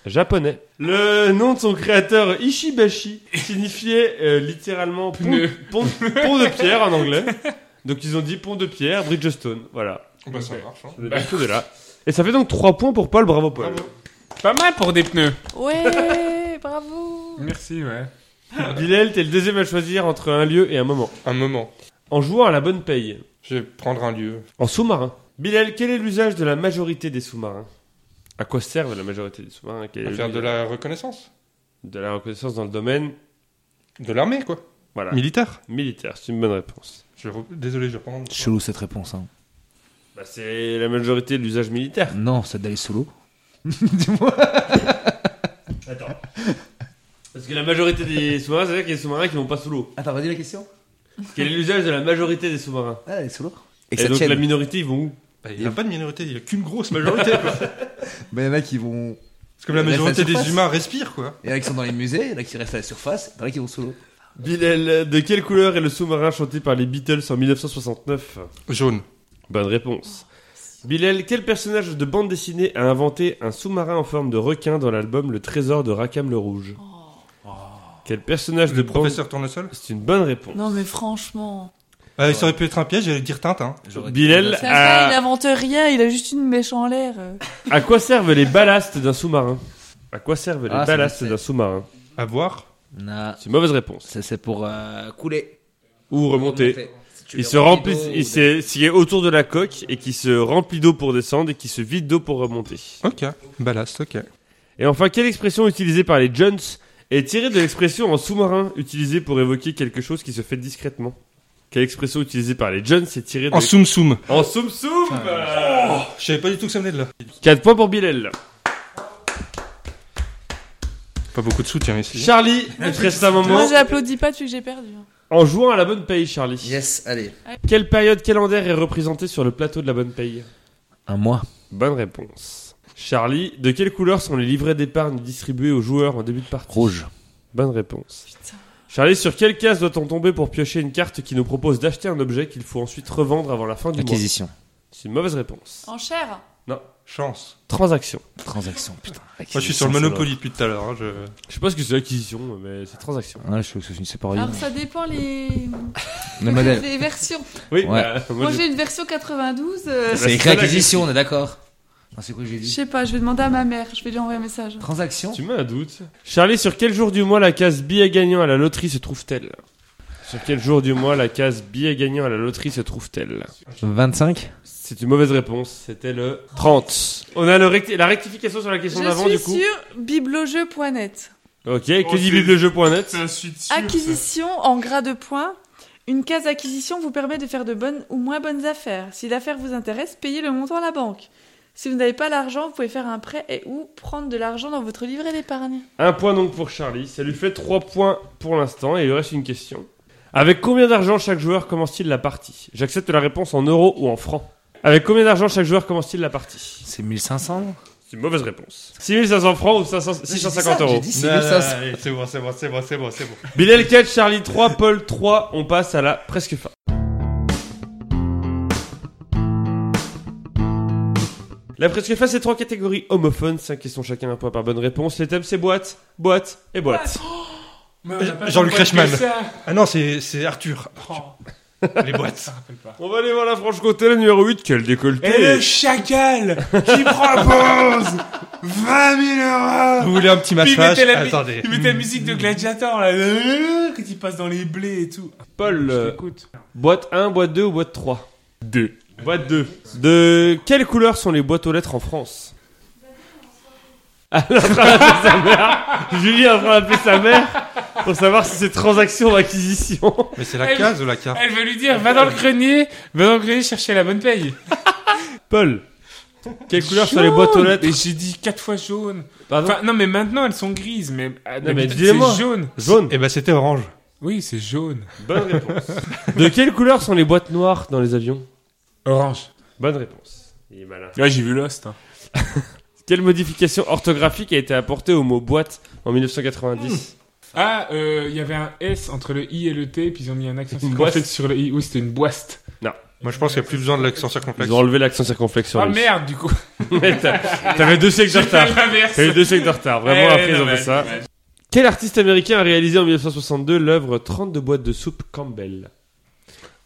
[SPEAKER 1] Japonais. Le nom de son créateur Ishibashi signifiait euh, littéralement pont,
[SPEAKER 4] Pneu.
[SPEAKER 1] pont- pont de pierre en anglais. Donc ils ont dit pont de pierre, Bridgestone. Voilà.
[SPEAKER 8] Bah, ça marche. hein.
[SPEAKER 1] Vous avez tout de là. Et ça fait donc 3 points pour Paul, bravo Paul.
[SPEAKER 4] Pas mal pour des pneus.
[SPEAKER 5] Ouais,
[SPEAKER 4] (laughs)
[SPEAKER 5] bravo.
[SPEAKER 4] Merci, ouais.
[SPEAKER 1] Bilal, t'es le deuxième à choisir entre un lieu et un moment.
[SPEAKER 8] Un moment.
[SPEAKER 1] En jouant à la bonne paye.
[SPEAKER 8] Je vais prendre un lieu.
[SPEAKER 1] En sous-marin. Bilal, quel est l'usage de la majorité des sous-marins À quoi servent la majorité des sous-marins Quel est
[SPEAKER 8] À faire de
[SPEAKER 1] l'usage
[SPEAKER 8] la reconnaissance.
[SPEAKER 1] de la reconnaissance dans le domaine
[SPEAKER 8] De l'armée, quoi.
[SPEAKER 4] Bah.
[SPEAKER 1] voilà.
[SPEAKER 8] Militaire.
[SPEAKER 1] militaire. C'est une bonne réponse.
[SPEAKER 8] Je re- Désolé, je vais prendre.
[SPEAKER 6] Chelou cette réponse. Hein.
[SPEAKER 1] Bah, c'est la majorité de l'usage militaire.
[SPEAKER 6] Non, c'est d'aller sous l'eau.
[SPEAKER 1] Attends. (laughs) Parce que la majorité des sous-marins, c'est-à-dire qu'il y a des sous-marins qui vont pas sous l'eau.
[SPEAKER 7] Attends, redis la question.
[SPEAKER 1] Quel est l'usage de la majorité des sous-marins
[SPEAKER 6] Ah, elle est sous l'eau.
[SPEAKER 1] Et,
[SPEAKER 6] que ça
[SPEAKER 1] donc
[SPEAKER 6] tienne.
[SPEAKER 1] la minorité, ils vont où
[SPEAKER 8] Bah, il n'y a pas de minorité, il n'y a qu'une grosse majorité, quoi.
[SPEAKER 6] Mais il y en a qui vont.
[SPEAKER 8] C'est
[SPEAKER 4] (laughs)
[SPEAKER 8] comme la
[SPEAKER 7] Mais ça
[SPEAKER 8] majorité des
[SPEAKER 7] surpasse.
[SPEAKER 8] humains respire, quoi.
[SPEAKER 7] Il y en a qui sont dans les musées, il y en a qui restent à la surface, il y en a qui vont sous l'eau.
[SPEAKER 1] Bilal, de quelle couleur est le sous-marin chanté par les Beatles en 1969
[SPEAKER 8] Jaune.
[SPEAKER 1] Bonne réponse. Bilal, quel personnage de bande dessinée a inventé un sous-marin en forme de requin dans l'album Le Trésor de Rackham le Rouge Quel personnage de
[SPEAKER 8] Oh. Le
[SPEAKER 1] bande...
[SPEAKER 8] professeur Tournesol.
[SPEAKER 1] C'est une bonne réponse.
[SPEAKER 5] Non mais franchement,
[SPEAKER 8] Ah, ça aurait pu être un piège, j'allais dire Tintin.
[SPEAKER 1] Bilal,
[SPEAKER 2] Bah,
[SPEAKER 5] ça, ça, il
[SPEAKER 1] à...
[SPEAKER 5] n'invente rien, il a juste une mèche en l'air. euh.
[SPEAKER 1] à quoi servent les ballasts d'un sous-marin À quoi servent les
[SPEAKER 6] Ah, ça, je
[SPEAKER 1] ballasts
[SPEAKER 6] sais.
[SPEAKER 1] d'un sous-marin
[SPEAKER 8] À voir.
[SPEAKER 6] Non,
[SPEAKER 1] C'est une mauvaise réponse.
[SPEAKER 6] ça c'est pour. euh,
[SPEAKER 7] Couler.
[SPEAKER 1] Ou remonter.
[SPEAKER 7] Remonter. Si tu les
[SPEAKER 1] Il se
[SPEAKER 7] remplis
[SPEAKER 1] remplit,
[SPEAKER 7] d'eau ou
[SPEAKER 1] il s'est- s'il est autour de la coque et qui se remplit d'eau pour descendre et qui se vide d'eau pour remonter.
[SPEAKER 8] Ok. Ballast, ok.
[SPEAKER 1] Et enfin, quelle expression utilisée par les Jones est tirée de l'expression en sous-marin utilisée pour évoquer quelque chose qui se fait discrètement Quelle expression utilisée par les Jones est tirée de...
[SPEAKER 8] En soum soum.
[SPEAKER 1] en soum-soum
[SPEAKER 8] Je savais pas du tout que ça venait de là.
[SPEAKER 1] 4 points pour Bilal.
[SPEAKER 8] Pas beaucoup de soutien ici. hein.
[SPEAKER 1] Charlie, il te reste un moment.
[SPEAKER 5] Moi j'applaudis pas celui que j'ai perdu. hein.
[SPEAKER 1] En jouant à la bonne paye, Charlie.
[SPEAKER 7] des- Yes, allez.
[SPEAKER 1] Quelle période calendaire est représentée sur le plateau de la bonne paye
[SPEAKER 6] Un mois.
[SPEAKER 1] Bonne réponse. Charlie, de quelle couleur sont les livrets d'épargne distribués aux joueurs en début de partie
[SPEAKER 6] Rouge.
[SPEAKER 1] Bonne réponse.
[SPEAKER 5] Putain.
[SPEAKER 1] Charlie, sur quelle case doit-on tomber pour piocher une carte qui nous propose d'acheter un objet qu'il faut ensuite revendre avant la fin du mois
[SPEAKER 6] Acquisition.
[SPEAKER 1] C'est une mauvaise réponse.
[SPEAKER 5] En chair.
[SPEAKER 8] Chance.
[SPEAKER 1] Transaction.
[SPEAKER 6] Transaction, putain.
[SPEAKER 8] Moi, je suis sur le Monopoly depuis tout à l'heure. hein, je-
[SPEAKER 1] Je sais pas ce que c'est acquisition, mais c'est transaction.
[SPEAKER 6] Ouais, Ah, je trouve que c'est une séparation.
[SPEAKER 5] Alors Ah, ça dépend les (laughs)
[SPEAKER 6] Le modèle.
[SPEAKER 5] les versions.
[SPEAKER 1] Oui,
[SPEAKER 6] Ouais.
[SPEAKER 1] bah, moi,
[SPEAKER 5] Moi
[SPEAKER 1] j'ai-
[SPEAKER 5] j'ai une version 92. euh,
[SPEAKER 1] Bah,
[SPEAKER 6] C'est écrit
[SPEAKER 1] ça, la
[SPEAKER 6] acquisition,
[SPEAKER 1] question.
[SPEAKER 6] on est d'accord. Non, c'est quoi que j'ai
[SPEAKER 5] Je
[SPEAKER 6] dit
[SPEAKER 5] sais pas, je vais demander à ma mère, je vais lui envoyer un message.
[SPEAKER 6] Transaction
[SPEAKER 1] tu mets un doute. Charlie, sur quel jour du mois la case billet gagnant à la loterie se trouve-t-elle Sur quel jour du mois la case billet gagnant à la loterie se trouve-t-elle
[SPEAKER 6] 25
[SPEAKER 1] C'est une mauvaise réponse, c'était le 30. On a le recti- la rectification sur la
[SPEAKER 5] Je
[SPEAKER 1] question d'avant
[SPEAKER 5] suis
[SPEAKER 1] du coup.
[SPEAKER 5] sur bibliojeu.net.
[SPEAKER 1] Ok,
[SPEAKER 4] Oh,
[SPEAKER 1] que dit
[SPEAKER 4] c'est-
[SPEAKER 1] biblejeu.net
[SPEAKER 4] C'est un suite sûr, ça.
[SPEAKER 5] Acquisition en gras de points. Une case acquisition vous permet de faire de bonnes ou moins bonnes affaires. Si l'affaire vous intéresse, payez le montant à la banque. Si vous n'avez pas l'argent, vous pouvez faire un prêt et ou prendre de l'argent dans votre livret d'épargne.
[SPEAKER 1] Un point donc pour Charlie, ça lui fait 3 points pour l'instant et il lui reste une question. Avec combien d'argent chaque joueur commence-t-il la partie J'accepte la réponse en euros ou en francs. Avec combien d'argent chaque joueur commence-t-il la partie
[SPEAKER 6] C'est 1500 non
[SPEAKER 1] C'est une mauvaise réponse. 6500 francs ou 500 650 euros
[SPEAKER 8] Non, non, non, allez, C'est bon, c'est bon, c'est bon, c'est bon, c'est bon.
[SPEAKER 1] Bilal 4, Charlie 3, Paul 3, on passe à la presque fin. La presque fin, c'est trois catégories homophones, 5 questions chacun, un point par bonne réponse. Les thèmes, c'est boîte, boîte et boîte.
[SPEAKER 4] Mais on a pas
[SPEAKER 8] Jean-Luc
[SPEAKER 4] compris
[SPEAKER 8] Reichmann.
[SPEAKER 4] que ça.
[SPEAKER 8] Ah non, c'est c'est Arthur.
[SPEAKER 4] Oh,
[SPEAKER 8] Les boîtes.
[SPEAKER 4] ça rappelle pas.
[SPEAKER 1] On va aller voir la Franche-Comté, la numéro 8, quel décolleté
[SPEAKER 4] Et le chacal qui propose 20 000 euros
[SPEAKER 8] Vous voulez un petit
[SPEAKER 3] Ah,
[SPEAKER 4] Puis
[SPEAKER 8] massage
[SPEAKER 4] la, mu-
[SPEAKER 8] Attendez.
[SPEAKER 4] il mettait la musique de Gladiator là, euh, quand il passe dans les blés et tout.
[SPEAKER 1] Paul,
[SPEAKER 4] Je
[SPEAKER 1] euh,
[SPEAKER 4] t'écoute.
[SPEAKER 1] boîte 1, boîte 2 ou boîte 3 2. Boîte 2. De quelle couleur sont les boîtes aux lettres en France Alors, Julie est en train d'appeler sa mère pour savoir si c'est transaction ou acquisition.
[SPEAKER 8] Mais c'est la
[SPEAKER 4] Elle-
[SPEAKER 8] case ou la carte
[SPEAKER 4] Elle va Ah, lui dire va dans le grenier, va dans le grenier chercher la bonne paye.
[SPEAKER 1] Paul, quelle couleur sont les boîtes aux
[SPEAKER 4] Jaune.
[SPEAKER 1] lettres
[SPEAKER 4] Mais j'ai dit quatre fois jaune.
[SPEAKER 1] Pardon
[SPEAKER 4] Enfin, non, mais maintenant elles sont grises, mais, ah,
[SPEAKER 1] Non, mais
[SPEAKER 4] d'habitude,
[SPEAKER 1] dis-les-moi.
[SPEAKER 4] c'est jaune.
[SPEAKER 1] Jaune.
[SPEAKER 8] Eh ben c'était orange.
[SPEAKER 4] Oui, c'est jaune.
[SPEAKER 1] Bonne réponse. De quelle couleur sont les boîtes noires dans les avions
[SPEAKER 4] Orange.
[SPEAKER 1] Bonne réponse. Il est malin.
[SPEAKER 4] Ouais, j'ai vu Lost. hein.
[SPEAKER 1] Quelle modification orthographique a été apportée au mot boîte en 1990
[SPEAKER 4] Ah, euh, il y avait un S entre le I et le T, puis ils ont mis un accent
[SPEAKER 1] Une
[SPEAKER 4] circonflexe
[SPEAKER 1] boîte.
[SPEAKER 4] sur le I. Oui, c'était une boiste.
[SPEAKER 8] Moi je pense qu'il n'y a plus besoin de l'accent circonflexe. (laughs)
[SPEAKER 1] Ils ont enlevé l'accent circonflexe sur
[SPEAKER 4] Ah
[SPEAKER 1] lui.
[SPEAKER 4] merde, du coup.
[SPEAKER 1] (laughs) Mais t'as- T'avais deux siècles de
[SPEAKER 4] J'ai
[SPEAKER 1] retard.
[SPEAKER 4] fait l'inverse.
[SPEAKER 1] T'avais deux siècles de retard. Vraiment,
[SPEAKER 4] Eh,
[SPEAKER 1] après, ils ont
[SPEAKER 4] dommage,
[SPEAKER 1] fait ça.
[SPEAKER 4] dommage.
[SPEAKER 1] Quel artiste américain a réalisé en 1962 l'œuvre 32 boîtes de soupe Campbell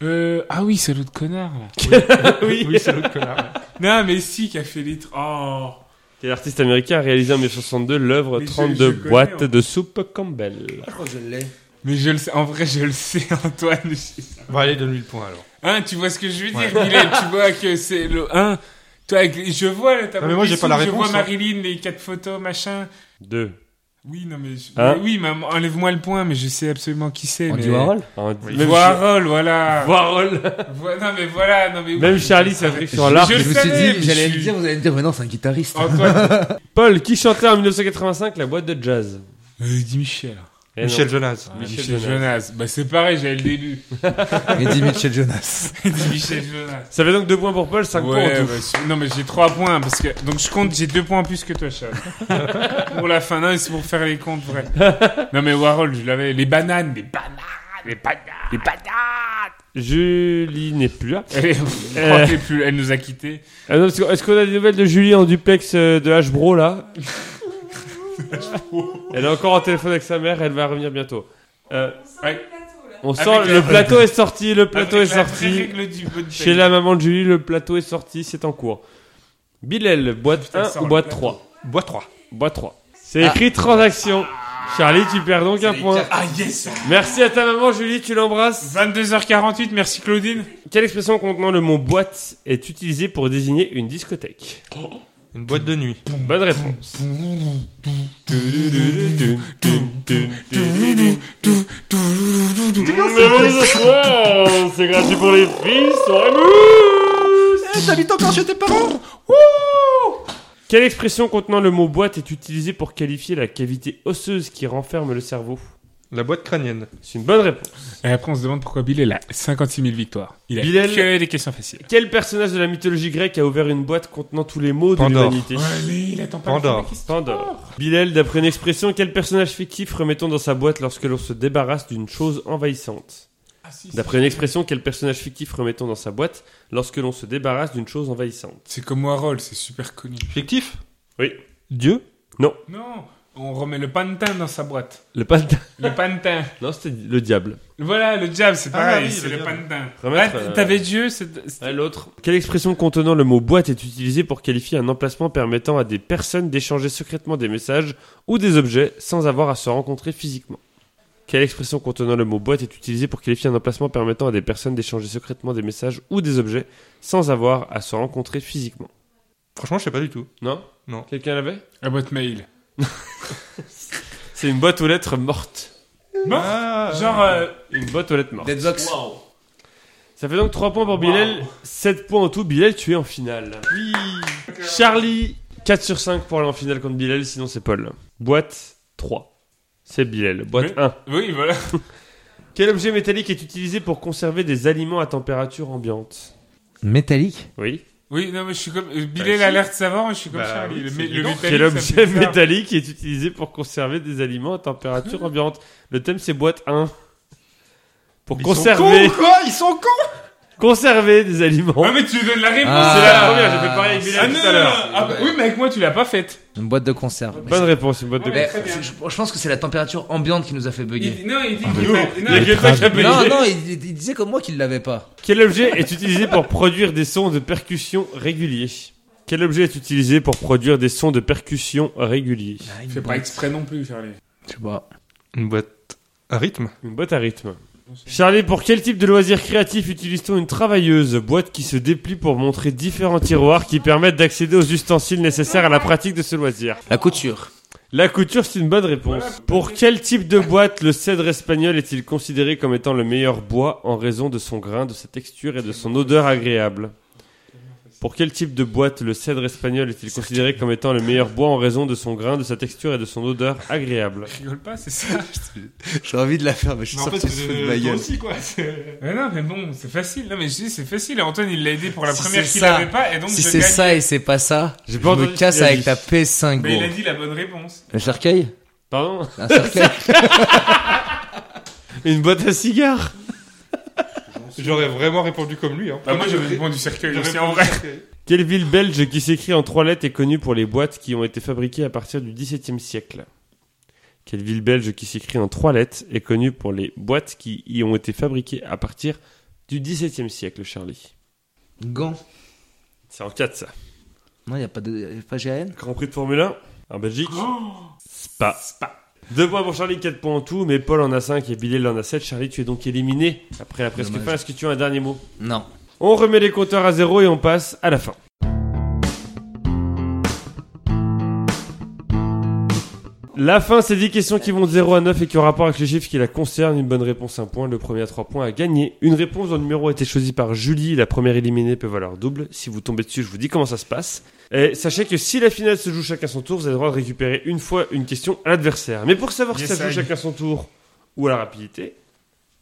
[SPEAKER 4] Euh, ah oui, c'est l'autre connard là.
[SPEAKER 1] Oui.
[SPEAKER 4] c'est l'autre connard. là. non, mais si, qui a fait les. tr- Oh.
[SPEAKER 1] Quel artiste américain a réalisé en 1962 l'œuvre
[SPEAKER 4] Mais je-
[SPEAKER 1] 32
[SPEAKER 4] je connais,
[SPEAKER 1] boîtes
[SPEAKER 4] hein.
[SPEAKER 1] de soupe Campbell
[SPEAKER 7] Oh, Je crois que je l'ai.
[SPEAKER 4] Mais je le sais, en vrai, je le sais, (laughs) Antoine. Je-
[SPEAKER 8] Bon allez, donne-lui le point alors.
[SPEAKER 4] Hein, tu vois ce que je veux dire, Bilal Tu vois que c'est le 1. Toi, avec les- je vois là, t'as
[SPEAKER 8] Non, mais moi,
[SPEAKER 4] compris
[SPEAKER 8] j'ai pas la
[SPEAKER 4] sous, Je
[SPEAKER 8] réponse,
[SPEAKER 4] vois
[SPEAKER 8] hein.
[SPEAKER 4] Marilyn, les quatre photos, machin.
[SPEAKER 1] 2.
[SPEAKER 4] Oui, non, mais. je-
[SPEAKER 1] Hein
[SPEAKER 4] mais oui, maman, enlève-moi le point, mais je sais absolument qui c'est. mais...
[SPEAKER 6] Andy Warhol
[SPEAKER 4] Même Warhol, voilà. Vo- Non, mais voilà, non, mais.
[SPEAKER 1] Même
[SPEAKER 4] oui.
[SPEAKER 1] Charlie s'applique sur l'art.
[SPEAKER 4] Je
[SPEAKER 6] Je
[SPEAKER 4] le
[SPEAKER 6] me suis
[SPEAKER 4] savais,
[SPEAKER 6] dit,
[SPEAKER 4] mais
[SPEAKER 6] j'allais
[SPEAKER 4] je- Ah,
[SPEAKER 6] le dire, vous allez me dire, mais non, c'est un guitariste.
[SPEAKER 4] Antoine.
[SPEAKER 1] Paul, qui chantait en 1985 la boîte de jazz
[SPEAKER 4] Euh, dis Michel.
[SPEAKER 1] Eh non.
[SPEAKER 8] Michel Jonas.
[SPEAKER 4] Ah,
[SPEAKER 1] Michel
[SPEAKER 4] Michel,
[SPEAKER 1] Jonas.
[SPEAKER 4] Jonas. Bah, c'est pareil, j'avais le début. (laughs)
[SPEAKER 6] Et dit Mitchell Jonas.
[SPEAKER 4] dis Michel Jonas.
[SPEAKER 1] Ça fait donc 2 points pour Paul, 5
[SPEAKER 4] Ouais,
[SPEAKER 1] points en tout.
[SPEAKER 4] bah, je- non mais j'ai 3 points parce que donc je compte j'ai 2 points en plus que toi Charles. pour la fin non mais c'est pour faire les comptes vrai. Non mais Warhol je l'avais les bananes les bananes les bananes les bananes.
[SPEAKER 1] Julie n'est plus là.
[SPEAKER 4] Elle, est- je crois qu'elle est plus- elle nous a quittés.
[SPEAKER 1] Ah non, Est-ce qu'on- est-ce qu'on a des nouvelles de Julie en duplex euh, de Hbro
[SPEAKER 4] (laughs)
[SPEAKER 1] là Elle est encore en téléphone avec sa mère, elle va revenir bientôt. Euh,
[SPEAKER 4] Ouais.
[SPEAKER 1] on
[SPEAKER 4] Avec
[SPEAKER 1] sent
[SPEAKER 4] la-
[SPEAKER 1] le plateau est sorti, le plateau
[SPEAKER 4] Avec
[SPEAKER 1] est
[SPEAKER 4] la
[SPEAKER 1] sorti.
[SPEAKER 4] vraie règle du bonne
[SPEAKER 1] Chez
[SPEAKER 4] paye.
[SPEAKER 1] la maman de Julie, le plateau est sorti, c'est en cours. Bilal, boîte
[SPEAKER 4] Putain,
[SPEAKER 1] 1
[SPEAKER 4] sors
[SPEAKER 1] ou
[SPEAKER 4] le
[SPEAKER 1] boîte
[SPEAKER 4] plateau. Ah.
[SPEAKER 1] 3
[SPEAKER 8] Bois 3.
[SPEAKER 1] Boîte 3. C'est écrit transaction. Charlie, tu perds donc un point.
[SPEAKER 4] Ah yes.
[SPEAKER 1] Merci à ta maman Julie, tu l'embrasses.
[SPEAKER 4] 22h48 merci Claudine.
[SPEAKER 1] Quelle expression contenant le mot boîte est utilisée pour désigner une discothèque
[SPEAKER 8] Une boîte de nuit.
[SPEAKER 1] Bonne réponse. C'est gratuit pour les filles,
[SPEAKER 7] T'habites encore chez tes parents
[SPEAKER 1] Quelle expression contenant le mot boîte est utilisée pour qualifier la cavité osseuse qui renferme le cerveau
[SPEAKER 8] La boîte crânienne.
[SPEAKER 1] C'est une bonne réponse.
[SPEAKER 4] Et après on se demande pourquoi Bilal a 56 000 victoires. Il a
[SPEAKER 1] Bilal-
[SPEAKER 4] que des questions faciles.
[SPEAKER 1] Quel personnage de la mythologie grecque a ouvert une boîte contenant tous les maux de
[SPEAKER 8] Pandore.
[SPEAKER 1] l'humanité
[SPEAKER 4] Allez, il attend pas.
[SPEAKER 8] Pandore.
[SPEAKER 1] Pandore. Bilal, d'après une expression, quel personnage fictif remettons dans sa boîte lorsque l'on se débarrasse d'une chose envahissante
[SPEAKER 4] Ah, si, si.
[SPEAKER 1] D'après une expression, quel personnage fictif remettons dans sa boîte lorsque l'on se débarrasse d'une chose envahissante
[SPEAKER 4] C'est comme Warhol, c'est super connu.
[SPEAKER 8] Fictif
[SPEAKER 1] Oui.
[SPEAKER 8] Dieu
[SPEAKER 4] Non, on remet le pantin dans sa boîte.
[SPEAKER 1] Le pantin.
[SPEAKER 4] Le pantin.
[SPEAKER 1] (laughs) Non, c'était le diable.
[SPEAKER 4] Voilà, le diable, c'est pareil,
[SPEAKER 8] oui,
[SPEAKER 4] c'est
[SPEAKER 8] le
[SPEAKER 4] Ah le,
[SPEAKER 8] diable.
[SPEAKER 4] pantin.
[SPEAKER 1] Remettre,
[SPEAKER 4] Ah,
[SPEAKER 1] euh,
[SPEAKER 4] t'avais Dieu, c'est... c'est-
[SPEAKER 1] À l'autre. Quelle expression contenant le mot boîte est utilisée pour qualifier un emplacement permettant à des personnes d'échanger secrètement des messages ou des objets sans avoir à se rencontrer physiquement Quelle expression contenant le mot boîte est utilisée pour qualifier un emplacement permettant à des personnes d'échanger secrètement des messages ou des objets sans avoir à se rencontrer physiquement
[SPEAKER 8] Franchement, je sais pas du tout.
[SPEAKER 1] Non
[SPEAKER 8] Non.
[SPEAKER 1] Quelqu'un l'avait
[SPEAKER 4] La boîte mail.
[SPEAKER 1] C'est une boîte aux lettres morte.
[SPEAKER 4] Mort Genre, euh,
[SPEAKER 1] Une boîte aux lettres morte.
[SPEAKER 7] Deadbox.
[SPEAKER 1] Ça fait donc 3 points pour Bilal, 7 points en tout. Bilal, tu es en finale. Oui Charlie, 4 sur 5 pour aller en finale contre Bilal, sinon c'est Paul. Boîte 3. C'est Bilal. Boîte 1.
[SPEAKER 4] oui, voilà.
[SPEAKER 1] Quel objet métallique est utilisé pour conserver des aliments à température ambiante
[SPEAKER 6] Métallique
[SPEAKER 1] Oui.
[SPEAKER 4] Oui, non, mais je suis comme. euh, Bilal a l'air de savoir, mais je suis comme
[SPEAKER 8] Bah,
[SPEAKER 4] Charlie. Le,
[SPEAKER 8] c'est
[SPEAKER 4] mé- le
[SPEAKER 8] évident.
[SPEAKER 4] métallique,
[SPEAKER 1] Quel
[SPEAKER 4] ça fait
[SPEAKER 1] objet
[SPEAKER 4] bizarre.
[SPEAKER 1] métallique est utilisé pour conserver des aliments à température ambiante Le thème c'est boîte 1. Pour
[SPEAKER 8] Mais ils sont
[SPEAKER 1] conserver,
[SPEAKER 8] cons ou quoi Ils sont cons
[SPEAKER 1] conserver des aliments.
[SPEAKER 4] Ah, mais tu donnes la réponse
[SPEAKER 6] Ah.
[SPEAKER 1] C'est la première, j'ai fait pareil avec
[SPEAKER 4] Ah,
[SPEAKER 1] Bilal
[SPEAKER 4] non,
[SPEAKER 1] tout à l'heure.
[SPEAKER 4] ah, bah, Oui, mais avec moi, tu l'as pas faite.
[SPEAKER 6] Une boîte de conserve.
[SPEAKER 1] Bonne réponse, une boîte de
[SPEAKER 4] Ouais,
[SPEAKER 7] Mais
[SPEAKER 4] très bien.
[SPEAKER 7] je, je pense que c'est la température ambiante qui nous a fait bugger.
[SPEAKER 4] Il- Ah, Non, il dit
[SPEAKER 1] Nous,
[SPEAKER 4] que.
[SPEAKER 1] il y a quelqu'un qui a bugué.
[SPEAKER 7] Non, non, il, il disait comme moi qu'il l'avait pas.
[SPEAKER 1] Quel objet est utilisé pour produire des sons de percussion réguliers Quel objet est utilisé pour produire des sons de percussion réguliers
[SPEAKER 4] Je fais pas exprès non plus, Charlie.
[SPEAKER 7] Je sais pas.
[SPEAKER 8] Une boîte à rythme
[SPEAKER 1] Une boîte à rythme. Charlie, pour quel type de loisir créatif utilise-t-on une travailleuse Boîte qui se déplie pour montrer différents tiroirs qui permettent d'accéder aux ustensiles nécessaires à la pratique de ce loisir.
[SPEAKER 7] La couture.
[SPEAKER 1] La couture, c'est une bonne réponse. Pour quel type de boîte le cèdre espagnol est-il considéré comme étant le meilleur bois en raison de son grain, de sa texture et de son odeur agréable Pour quel type de boîte le cèdre espagnol est-il considéré comme étant le meilleur bois en raison de son grain, de sa texture et de son odeur agréable
[SPEAKER 4] Je (laughs) rigole pas, c'est ça.
[SPEAKER 6] (laughs) J'ai envie de la faire, mais je suis
[SPEAKER 8] Mais
[SPEAKER 6] sûr
[SPEAKER 8] en fait,
[SPEAKER 6] que se
[SPEAKER 8] c'est-
[SPEAKER 4] euh,
[SPEAKER 6] fout de
[SPEAKER 8] toi
[SPEAKER 6] ma
[SPEAKER 4] (laughs)
[SPEAKER 6] gueule.
[SPEAKER 8] aussi, quoi. c'est-
[SPEAKER 4] Mais non, mais bon, c'est facile. Non, mais je dis, c'est facile. Et Antoine, il l'a aidé pour la
[SPEAKER 7] Si
[SPEAKER 4] première
[SPEAKER 7] c'est
[SPEAKER 4] qu'il
[SPEAKER 7] ça.
[SPEAKER 4] avait pas, et donc
[SPEAKER 7] Si
[SPEAKER 4] je
[SPEAKER 7] c'est
[SPEAKER 4] gagne.
[SPEAKER 7] ça et c'est pas ça,
[SPEAKER 1] J'ai
[SPEAKER 7] je me casse avec ta PS5,
[SPEAKER 4] Mais il a
[SPEAKER 7] gros.
[SPEAKER 4] dit la bonne réponse.
[SPEAKER 6] Un cercueil
[SPEAKER 1] Pardon
[SPEAKER 7] Un cercueil.
[SPEAKER 1] Une boîte à cigares
[SPEAKER 8] J'aurais vraiment répondu comme lui. Hein.
[SPEAKER 4] Bah, moi, j'avais répondu cercueil
[SPEAKER 8] J'aurais
[SPEAKER 4] aussi,
[SPEAKER 8] répondu
[SPEAKER 4] en vrai.
[SPEAKER 8] cercueil.
[SPEAKER 1] Quelle ville belge qui s'écrit en trois lettres est connue pour les boîtes qui ont été fabriquées à partir du XVIIe siècle Quelle ville belge qui s'écrit en trois lettres est connue pour les boîtes qui y ont été fabriquées à partir du XVIIe siècle, Charlie
[SPEAKER 7] Gant.
[SPEAKER 1] C'est en 4 ça.
[SPEAKER 6] Non, il n'y a pas de. y a pas GAN
[SPEAKER 1] Grand Prix de Formule 1 en Belgique Spa. Spa. Deux points pour Charlie, 4 points en tout, mais Paul en a 5 et Bilal en a 7. Charlie, tu es donc éliminé après la presque
[SPEAKER 7] Dommage.
[SPEAKER 1] fin. Est-ce que tu as un dernier mot
[SPEAKER 7] Non.
[SPEAKER 1] On remet les compteurs à zéro et on passe à la fin. La fin, c'est 10 questions qui vont de 0 à 9 et qui ont rapport avec les chiffres qui la concernent. Une bonne réponse, un point. Le premier à 3 points à gagner. Une réponse dont le numéro a été choisi par Julie. La première éliminée peut valoir double. Si vous tombez dessus, je vous dis comment ça se passe. Et sachez que si la finale se joue chacun son tour, vous avez le droit de récupérer une fois une question à l'adversaire. Mais pour savoir si
[SPEAKER 4] Yes,
[SPEAKER 1] ça se joue
[SPEAKER 4] I.
[SPEAKER 1] chacun son tour ou à la rapidité,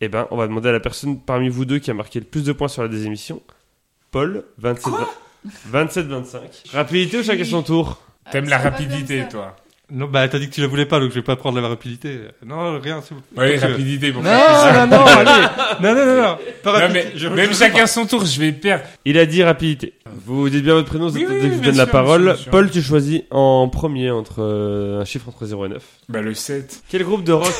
[SPEAKER 1] eh ben, on va demander à la personne parmi vous deux qui a marqué le plus de points sur la désémission. Paul, 27 27-25. Rapidité ou chacun son tour
[SPEAKER 5] Ah,
[SPEAKER 4] T'aimes la rapidité, toi.
[SPEAKER 8] Non, bah t'as dit que tu la voulais pas, donc je vais pas prendre la rapidité. Non, rien, c'est bon. euh,
[SPEAKER 4] Oui,
[SPEAKER 8] Parce
[SPEAKER 1] euh,
[SPEAKER 8] que-
[SPEAKER 4] rapidité pour faire
[SPEAKER 8] Non, non, non, allez Non, non, non, non Pas
[SPEAKER 4] Non,
[SPEAKER 8] rapidité.
[SPEAKER 4] mais même chacun son tour, je vais perdre.
[SPEAKER 1] Il a dit rapidité. Vous dites bien votre prénom, c'est
[SPEAKER 4] Oui,
[SPEAKER 1] dès
[SPEAKER 4] oui,
[SPEAKER 1] que je vous
[SPEAKER 4] bien
[SPEAKER 1] donne la
[SPEAKER 4] sûr,
[SPEAKER 1] parole.
[SPEAKER 4] bien sûr, bien sûr.
[SPEAKER 1] Paul, tu choisis en premier entre euh, un chiffre entre 0 et 9.
[SPEAKER 4] Bah, le 7.
[SPEAKER 1] Quel groupe de
[SPEAKER 4] (laughs)
[SPEAKER 1] rock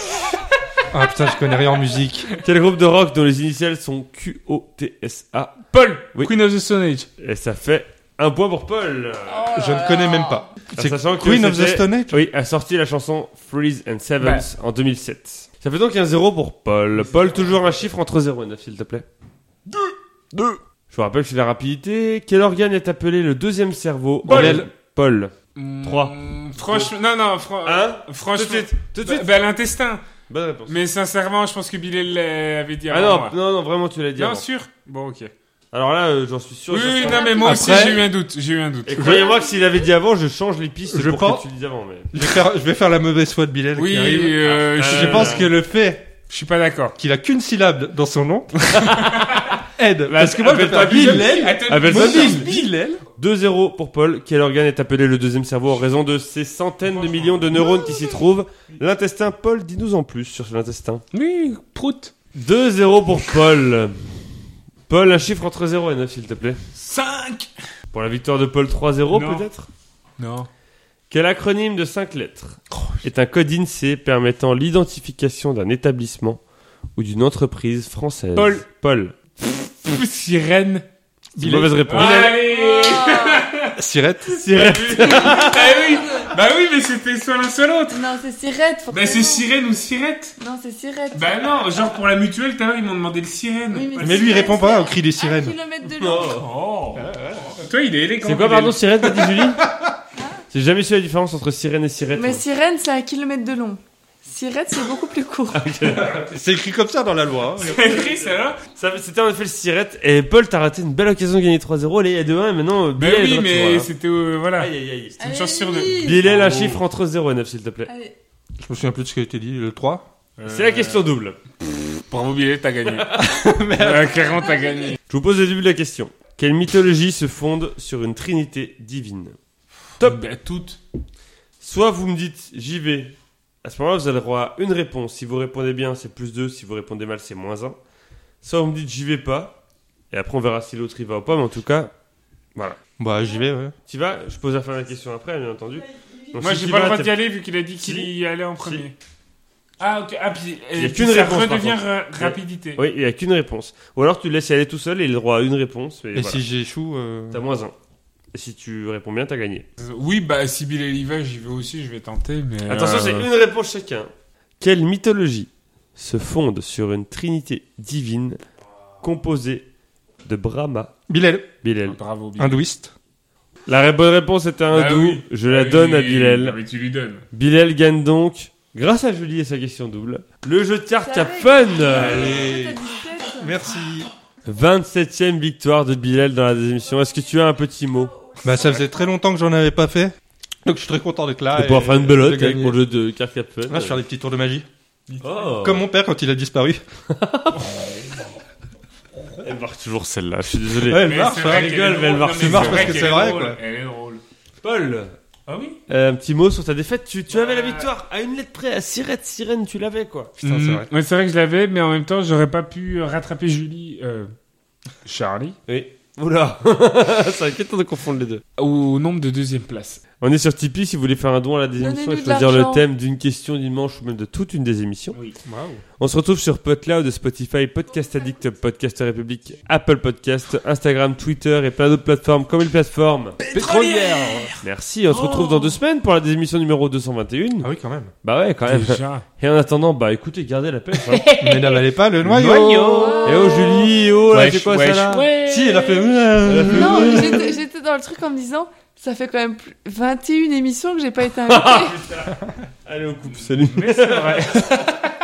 [SPEAKER 8] Ah putain, je connais rien en musique.
[SPEAKER 1] Quel groupe de rock dont les initiales sont Q-O-T-S-A
[SPEAKER 4] Paul
[SPEAKER 1] Oui.
[SPEAKER 4] Queen of the Stone Age.
[SPEAKER 1] Et ça fait un point pour Paul
[SPEAKER 4] Oh.
[SPEAKER 8] Je ne connais même pas. C'est
[SPEAKER 1] Sachant que
[SPEAKER 8] Queen of the
[SPEAKER 1] c'était-
[SPEAKER 8] Stone Age
[SPEAKER 1] Oui, a sorti la chanson Freeze and
[SPEAKER 4] Bah.
[SPEAKER 1] Sevens en 2007. Ça fait donc un 0 pour Paul. Paul, toujours un chiffre entre 0 et 9, s'il te plaît. 2 2 Je vous rappelle que c'est la rapidité. Quel organe est appelé le deuxième cerveau
[SPEAKER 4] Paul.
[SPEAKER 1] Organe- Paul. Trois.
[SPEAKER 4] Mmh, Franchement, non, non, fran- euh,
[SPEAKER 1] Hein Tout de
[SPEAKER 4] franchement.
[SPEAKER 1] suite, tout de
[SPEAKER 4] Bah,
[SPEAKER 1] suite.
[SPEAKER 4] bah, l'intestin.
[SPEAKER 1] Bonne réponse.
[SPEAKER 4] Mais sincèrement, je pense que Bilal euh, avait dit
[SPEAKER 1] Ah
[SPEAKER 4] avant
[SPEAKER 1] non,
[SPEAKER 4] moi.
[SPEAKER 1] non, non, vraiment, tu l'as dit.
[SPEAKER 4] Bien
[SPEAKER 1] avant.
[SPEAKER 4] sûr. Bon, ok.
[SPEAKER 1] Alors là, euh, j'en suis sûr.
[SPEAKER 4] Oui,
[SPEAKER 1] j'en suis
[SPEAKER 4] oui,
[SPEAKER 1] sûr.
[SPEAKER 4] non, mais moi aussi,
[SPEAKER 8] Après-
[SPEAKER 4] j'ai eu un doute. J'ai eu un doute.
[SPEAKER 1] Et croyez-moi que s'il avait dit avant, je change les pistes
[SPEAKER 8] Je
[SPEAKER 1] pour
[SPEAKER 8] pense-
[SPEAKER 1] que tu le dises avant. Mais...
[SPEAKER 8] je vais, faire, je vais faire la mauvaise foi de Bilal.
[SPEAKER 4] Oui,
[SPEAKER 8] qui arrive.
[SPEAKER 4] euh,
[SPEAKER 1] Ah,
[SPEAKER 4] je,
[SPEAKER 8] Je pense que le fait
[SPEAKER 4] je suis pas d'accord.
[SPEAKER 8] qu'il a qu'une syllabe dans son nom aide. Parce que moi, je vais
[SPEAKER 1] appelle-toi
[SPEAKER 8] faire Bilal.
[SPEAKER 4] Attends,
[SPEAKER 1] Appelle-toi
[SPEAKER 4] Bilal.
[SPEAKER 1] Bill. 2-0 pour Paul. Quel organe est appelé le deuxième cerveau en raison de ces centaines de millions de neurones qui s'y trouvent L'intestin. Paul, dis-nous en plus sur l'intestin.
[SPEAKER 4] Oui, prout.
[SPEAKER 1] 2-0 pour Paul. Paul, un chiffre entre 0 et 9, s'il te plaît.
[SPEAKER 4] 5
[SPEAKER 1] Pour la victoire de Paul, 3-0
[SPEAKER 4] Non.
[SPEAKER 1] peut-être
[SPEAKER 4] Non.
[SPEAKER 1] Quel acronyme de 5 lettres
[SPEAKER 3] Oh,
[SPEAKER 1] est un code INSEE E permettant l'identification d'un établissement ou d'une entreprise française
[SPEAKER 4] Paul.
[SPEAKER 1] Paul.
[SPEAKER 4] Pff, Sirène.
[SPEAKER 1] C'est une mauvaise réponse.
[SPEAKER 3] Ah,
[SPEAKER 4] Allez
[SPEAKER 8] Sirette.
[SPEAKER 1] Sirène.
[SPEAKER 4] Bah oui Bah oui, mais c'était soit l'un soit l'autre
[SPEAKER 5] (laughs) Non, c'est Sirette, forcément.
[SPEAKER 4] Bah c'est sirène ou sirette
[SPEAKER 5] Non, c'est Sirette.
[SPEAKER 4] Bah non, genre pour la mutuelle, tout à l'heure ils m'ont demandé le sirène.
[SPEAKER 5] Oui, mais-
[SPEAKER 8] Mais lui, il répond pas au cri des
[SPEAKER 5] Un
[SPEAKER 8] sirènes.
[SPEAKER 5] kilomètre de l'autre.
[SPEAKER 4] Oh Toi, il est élégant.
[SPEAKER 1] C'est quoi,
[SPEAKER 4] il est-
[SPEAKER 1] pardon, sirène, (laughs) t'as dit Julie J'ai jamais su la différence entre sirène et sirète.
[SPEAKER 5] Mais
[SPEAKER 1] moi.
[SPEAKER 5] Sirène, c'est un kilomètre de long. Sirette, c'est beaucoup plus court.
[SPEAKER 3] C'est écrit comme ça dans la loi. hein.
[SPEAKER 4] Chris, alors
[SPEAKER 1] Ça, C'était en effet le Sirette. Et Paul, t'as raté une belle occasion de gagner 3-0. Allez, il y a 2-1 et maintenant,
[SPEAKER 4] Ben
[SPEAKER 1] Bilal est
[SPEAKER 4] oui,
[SPEAKER 1] droit, tu
[SPEAKER 4] mais
[SPEAKER 1] vois, hein.
[SPEAKER 4] c'était. euh, Voilà.
[SPEAKER 1] Aïe, aïe, aïe.
[SPEAKER 4] une
[SPEAKER 5] Allez,
[SPEAKER 4] chance sur deux.
[SPEAKER 5] Lily.
[SPEAKER 1] Bilal, un chiffre entre 0 et 9, s'il te
[SPEAKER 4] Euh.
[SPEAKER 1] plaît.
[SPEAKER 5] Allez.
[SPEAKER 3] Je me souviens plus de ce qui a été dit, le 3.
[SPEAKER 1] C'est la question double.
[SPEAKER 4] Bravo, Billet,
[SPEAKER 1] (laughs)
[SPEAKER 4] t'as gagné. Euh, Clairement, t'as gagné.
[SPEAKER 1] Je vous pose le début de la question. Quelle mythologie se fonde sur une trinité divine Top.
[SPEAKER 4] Bah, toutes.
[SPEAKER 1] Soit vous me dites j'y vais. À ce moment-là, vous avez le droit à une réponse. Si vous répondez bien, c'est plus 2. Si vous répondez mal, c'est moins 1. Soit vous me dites j'y vais pas. Et après, on verra si l'autre y va ou pas. Mais en tout cas,
[SPEAKER 3] Bah, j'y vais, ouais.
[SPEAKER 1] tu vas. Je pose la fin de la question après, bien entendu. Donc,
[SPEAKER 4] Moi,
[SPEAKER 1] si
[SPEAKER 4] j'ai
[SPEAKER 1] t'y
[SPEAKER 4] pas le
[SPEAKER 1] vas,
[SPEAKER 4] droit
[SPEAKER 1] t'as-
[SPEAKER 4] d'y aller vu qu'il a dit qu'il
[SPEAKER 1] Si.
[SPEAKER 4] y allait en premier. Ah, ok. Ah, puis.
[SPEAKER 1] Il y a
[SPEAKER 4] euh,
[SPEAKER 1] qu'une
[SPEAKER 4] puis ça
[SPEAKER 1] réponse, par
[SPEAKER 4] redevient
[SPEAKER 1] contre.
[SPEAKER 4] ra- rapidité.
[SPEAKER 1] (laughs) Oui, il n'y a qu'une réponse. Ou alors tu le laisses y aller tout seul et il a le droit à une réponse. Et,
[SPEAKER 3] Et
[SPEAKER 1] voilà.
[SPEAKER 3] si j'échoue. euh,
[SPEAKER 1] T'as moins 1. Et si tu réponds bien, t'as gagné.
[SPEAKER 4] Oui, bah, si Bilal y va, j'y vais aussi, je vais tenter, mais.
[SPEAKER 1] Attention,
[SPEAKER 4] euh,
[SPEAKER 1] c'est une réponse chacun. Quelle mythologie se fonde sur une trinité divine composée de Brahma,
[SPEAKER 3] Bilal,
[SPEAKER 1] Bilal
[SPEAKER 4] Bravo, Bilal.
[SPEAKER 3] hindouiste.
[SPEAKER 1] La ré- bonne réponse était un
[SPEAKER 4] Bah
[SPEAKER 1] hindou.
[SPEAKER 4] oui.
[SPEAKER 1] Je la donne à
[SPEAKER 4] Ah,
[SPEAKER 1] Bilal.
[SPEAKER 4] Mais tu lui donnes.
[SPEAKER 1] Bilal gagne donc, grâce à Julie et sa question double, le jeu de cartes
[SPEAKER 5] Ça
[SPEAKER 1] à
[SPEAKER 5] va,
[SPEAKER 1] fun
[SPEAKER 5] T'as dit sept.
[SPEAKER 3] Merci.
[SPEAKER 1] 27ème victoire de Bilal dans la deuxième émission. Est-ce que tu as un petit mot
[SPEAKER 3] Bah, ça faisait très longtemps que j'en avais pas fait. Donc, je suis très content d'être
[SPEAKER 4] Ah,
[SPEAKER 3] là.
[SPEAKER 1] De pouvoir faire une
[SPEAKER 3] belote
[SPEAKER 1] belote avec mon jeu de cartes à fun
[SPEAKER 3] je vais faire des petits tours de magie.
[SPEAKER 1] Oh.
[SPEAKER 3] Comme mon père quand il a disparu.
[SPEAKER 1] Elle marque toujours celle-là, je suis désolé.
[SPEAKER 3] Ouais, elle
[SPEAKER 4] Mais (laughs)
[SPEAKER 3] marche,
[SPEAKER 4] c'est
[SPEAKER 3] ça.
[SPEAKER 4] vrai
[SPEAKER 1] rigole,
[SPEAKER 4] qu'elle est
[SPEAKER 1] mais elle
[SPEAKER 4] drôle.
[SPEAKER 1] marche.
[SPEAKER 4] Non,
[SPEAKER 1] C'est
[SPEAKER 4] hein. mais
[SPEAKER 3] marche parce que
[SPEAKER 4] qu'elle
[SPEAKER 3] c'est
[SPEAKER 4] est
[SPEAKER 3] vrai,
[SPEAKER 4] drôle.
[SPEAKER 3] quoi.
[SPEAKER 4] Elle est drôle.
[SPEAKER 1] Paul,
[SPEAKER 4] Ah oui
[SPEAKER 1] euh, un petit mot sur ta défaite. Tu, tu avais la
[SPEAKER 4] Ouais.
[SPEAKER 1] victoire à une lettre près, à Sirène, Sirène, tu l'avais quoi.
[SPEAKER 3] Putain, c'est vrai.
[SPEAKER 4] Ouais, c'est vrai que je l'avais, mais en même temps, j'aurais pas pu euh, rattraper Julie. euh, Charlie.
[SPEAKER 1] Oui. Oula, (laughs) c'est inquiétant de confondre les deux.
[SPEAKER 4] Au nombre de deuxième place.
[SPEAKER 1] On est sur Tipeee si vous voulez faire un don à la deuxième émission et
[SPEAKER 5] Donnez-nous de
[SPEAKER 1] choisir le
[SPEAKER 5] l'argent.
[SPEAKER 1] thème d'une question, d'une manche ou même de toute une des émissions.
[SPEAKER 4] Oui.
[SPEAKER 1] On se retrouve sur PodCloud, Spotify, Podcast Addict, Podcast République, Apple Podcast, Instagram, Twitter et plein d'autres plateformes comme les plateformes.
[SPEAKER 2] Pétrolière
[SPEAKER 1] Merci, on
[SPEAKER 5] Oh.
[SPEAKER 1] se retrouve dans deux semaines pour la deuxième émission numéro 221.
[SPEAKER 3] Ah oui, quand même.
[SPEAKER 1] Bah ouais, quand même.
[SPEAKER 4] Déjà.
[SPEAKER 1] Et en attendant, bah écoutez, gardez la pêche. (laughs) hein.
[SPEAKER 3] Mais n'avalez pas le noyau.
[SPEAKER 1] Et oh Julie, et oh là,
[SPEAKER 3] Wesh,
[SPEAKER 1] c'est quoi
[SPEAKER 3] wesh.
[SPEAKER 1] ça là
[SPEAKER 3] Si, elle a fait.
[SPEAKER 5] Non, j'étais- j'étais dans le truc en me disant, ça fait quand même plus- 21 émissions que j'ai pas été invitée.
[SPEAKER 1] Allez, on coupe, salut.
[SPEAKER 4] Mais c'est vrai.